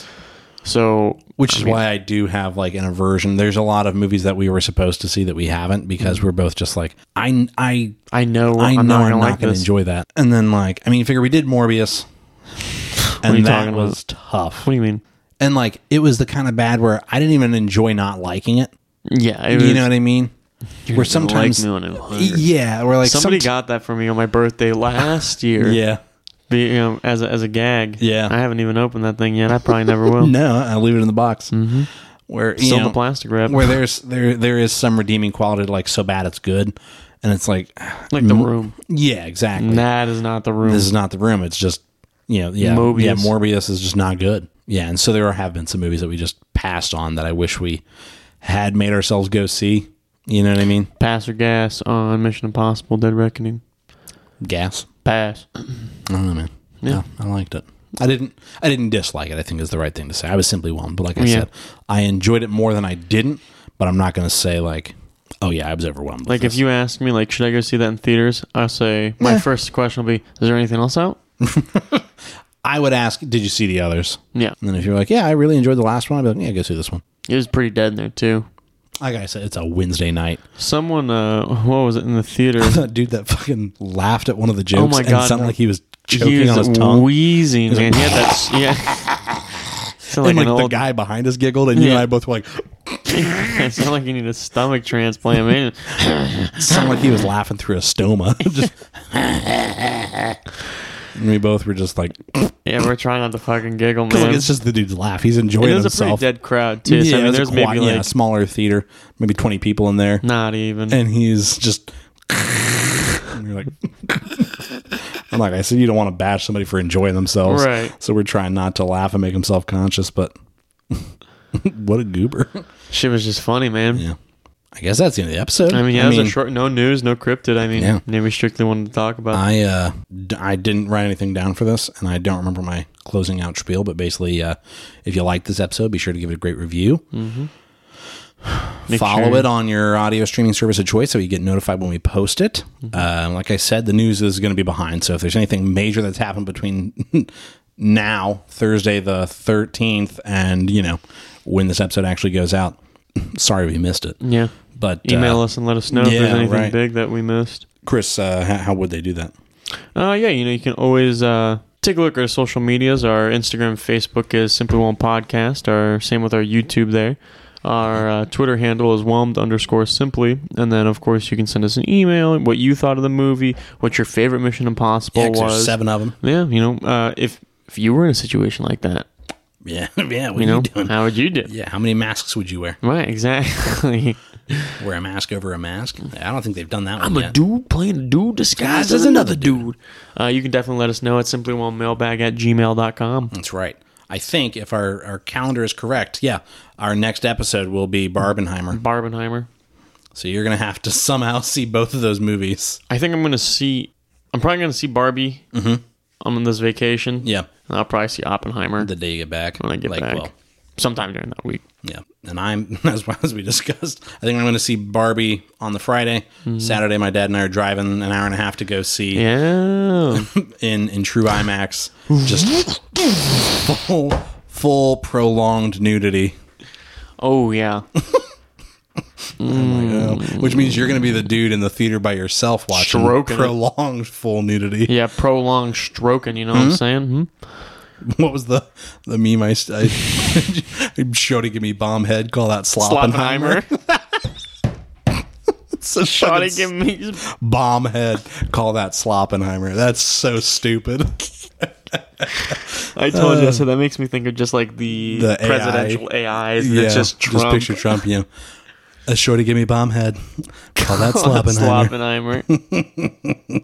B: So
A: Which is
B: mean-
A: why I do have like an aversion. There's a lot of movies that we were supposed to see that we haven't because we're both just like I I
B: I know
A: I know
B: I'm not
A: Mm-hmm. I'm
B: gonna
A: not
B: like
A: going to
B: this.
A: enjoy that. And then like I mean, figure we did (sighs) Morbius,
B: are you
A: and that
B: talking
A: was tough.
B: what do you mean?
A: And like it was the kind of bad where I didn't even enjoy not liking it.
B: Yeah, it
A: You
B: was-
A: know what I mean? Where
B: didn't like
A: sometimes
B: me when I was younger.
A: yeah, we're like
B: Somebody
A: somet-
B: got that for me on my birthday last year.
A: (laughs) yeah.
B: Be- you know, as a, as a gag.
A: Yeah.
B: I haven't even opened that thing yet. I probably never
A: (laughs)
B: will.
A: No, I leave it in the box. Mm-hmm. Where you
B: Oh. Still in
A: know,
B: the plastic wrap,
A: where there's there there is some redeeming quality like so bad it's good, and it's like
B: (laughs) like the room.
A: yeah exactly.
B: That is not the room.
A: Mm. this is not the room. It's just you know, yeah,
B: Mobius.
A: yeah. Morbius is just not good. Yeah, and so there have been some movies that we just passed on that I wish we had made ourselves go see. You know what I mean?
B: Pass or gas on Mission Impossible: Dead Reckoning.
A: Gas.
B: Pass.
A: I don't know, man. Yeah, I liked it. I didn't. I didn't dislike it. I think is the right thing to say. I was simply one, but like I
B: Yeah.
A: said, I enjoyed it more than I didn't. But I'm not going to say like, oh yeah, I was overwhelmed. with
B: Like if
A: this.
B: you ask me, like, should I go see that in theaters? I'll say my
A: Yeah.
B: first question will be, is there anything else out?
A: I would ask, did you see the others?
B: Yeah,
A: And then if you're like, yeah, I really enjoyed the last one, I'd be like, yeah, go see this one.
B: it was pretty dead in there too.
A: Like I said, it's a Wednesday night. (laughs)
B: Someone, uh, what was it in the theater?
A: that dude that fucking laughed at one of the jokes
B: my
A: and
B: God,
A: sounded
B: no.
A: like he was (laughs) choking
B: he
A: on
B: was
A: his tongue.
B: wheezing, man. He had
A: (laughs)
B: that, s- yeah. (laughs) Sound like,
A: and like
B: an
A: the
B: old,
A: guy behind us giggled, and you and
B: Yeah.
A: I both were like,
B: (laughs) sound like you need a stomach transplant, man.
A: sounded like he was laughing through a stoma. (laughs)
B: (laughs)
A: just, and we both were just like, because
B: Yeah, we're trying not to fucking giggle, man.
A: like it's just the dude's laugh. He's
B: it
A: enjoying
B: was a pretty
A: himself.
B: dead crowd too. so, I
A: it
B: mean,
A: was a
B: there's
A: quad-
B: maybe
A: yeah,
B: like
A: a smaller theater, maybe twenty people in there,
B: not even.
A: and he's just. (laughs) and you're like, I'm like I said, you don't want to bash somebody for enjoying themselves,
B: Right.
A: So we're trying not to laugh and make him self conscious, but (laughs) what a goober.
B: Shit was just funny, man.
A: Yeah. I guess that's the end of the episode.
B: I mean, yeah, it was a short, no news, no cryptid. I mean,
A: Yeah.
B: yeah, we strictly wanted to talk about.
A: I uh, d- I didn't write anything down for this, and I don't remember my closing out spiel. But basically, uh, if you like this episode, be sure to give it a great review.
B: Mm-hmm. Make
A: Follow
B: sure-
A: it on your audio streaming service of choice, so you get notified when we post it.
B: Mm-hmm.
A: Uh, like I said, the news is going to be behind. So if there's anything major that's happened between (laughs) now, Thursday the thirteenth, and you know when this episode actually goes out, (clears throat) sorry we missed it.
B: yeah,
A: But
B: email
A: uh,
B: us and let us know if
A: yeah,
B: there's anything
A: right.
B: big that we missed.
A: Chris. Uh, how, how would they do that?
B: Uh, yeah, you know, you can always uh, take a look at our social medias. Our Instagram, Facebook is Simply Whelmed Podcast. Our same with our YouTube there. Our uh, Twitter handle is whelmed underscore simply. And then, of course, you can send us an email. What you thought of the movie? What your favorite Mission Impossible
A: Yeah, 'cause there's
B: was?
A: seven of them.
B: Yeah, you know, uh, if if you were in a situation like that,
A: Yeah, (laughs) yeah. What
B: you
A: are
B: know,
A: you doing?
B: how would you do?
A: Yeah, how many masks would you wear? (laughs)
B: Right, exactly.
A: Wear a mask over a mask? I don't think they've done that
B: I'm
A: one
B: a
A: yet.
B: dude playing a dude disguised as another dude. Uh, you can definitely let us know at simplywhelmedmailbag at gmail.com.
A: That's right. I think if our, our calendar is correct, yeah, our next episode will be Barbenheimer.
B: Barbenheimer.
A: So you're going to have to (laughs) somehow see both of those movies.
B: I think I'm gonna see. I'm probably gonna see Barbie. Mm-hmm. I'm on this vacation.
A: Yeah,
B: And I'll probably see Oppenheimer
A: the day you get back.
B: when I get
A: like,
B: back.
A: well,
B: Sometime during that week.
A: Yeah, and I'm (laughs) as well as we discussed. I think I'm going to see Barbie on the Friday.
B: Mm-hmm.
A: Saturday, my dad and I are driving an hour and a half to go see
B: Yeah.
A: in in true IMAX, just full full prolonged nudity.
B: oh yeah.
A: Like, oh, which means you're going to be the dude in the theater by yourself watching
B: Stroking it.
A: prolonged full nudity.
B: (laughs) Yeah. Prolonged stroking. You know
A: Mm-hmm.
B: what I'm saying? Hmm?
A: What was the the meme I, st- I (laughs) showed to give me bomb head? Call that Sloppenheimer.
B: Sloppenheimer.
A: (laughs) It's a fucking
B: Try to give me.
A: bomb head. Call that Sloppenheimer. That's so stupid.
B: I told you. So that makes me think of just like the,
A: Uh, The AI.
B: presidential AIs. Yeah. That's just Trump. (laughs)
A: picture Trump. You know, a shorty give me bomb head. Call
B: (laughs)
A: that Sloppenheimer.
B: Sloppenheimer.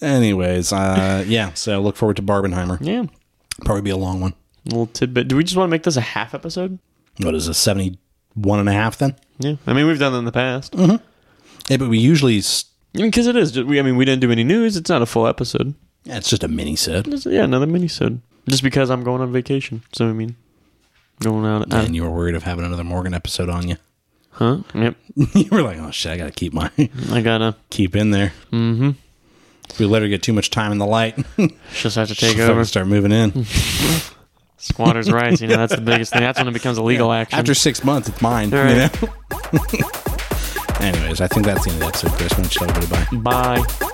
A: Anyways, uh, yeah. So look forward to Barbenheimer.
B: yeah.
A: Probably be a long one.
B: little tidbit. Do we just want to make this a half episode?
A: What is this? 71 and a half then?
B: Yeah. I mean, we've done that in the past.
A: Mm. Yeah, but we usually. s
B: Because it is. ju- We, I mean, we didn't do any news. It's not a full episode.
A: yeah, it's just a mini set.
B: It's- yeah, another minisode. Just because I'm going on vacation. So, I mean, going out. uh,
A: and you were worried of having another Morgan episode on you. (laughs)
B: huh? Yep.
A: you were like, oh shit, I gotta keep my (laughs)
B: I gotta
A: keep in there. Mm-hmm. If we let her get too much time in the light, (laughs)
B: just have to take
A: she'll fucking
B: over.
A: start moving
B: (laughs)
A: in.
B: Squatters' rights. You know, that's the biggest thing. That's when it becomes a legal action.
A: After six months, it's mine.
B: All
A: you (laughs)
B: right.
A: know? Anyways, I think that's the end of the episode, Chris. Why don't you tell everybody bye?
B: Bye.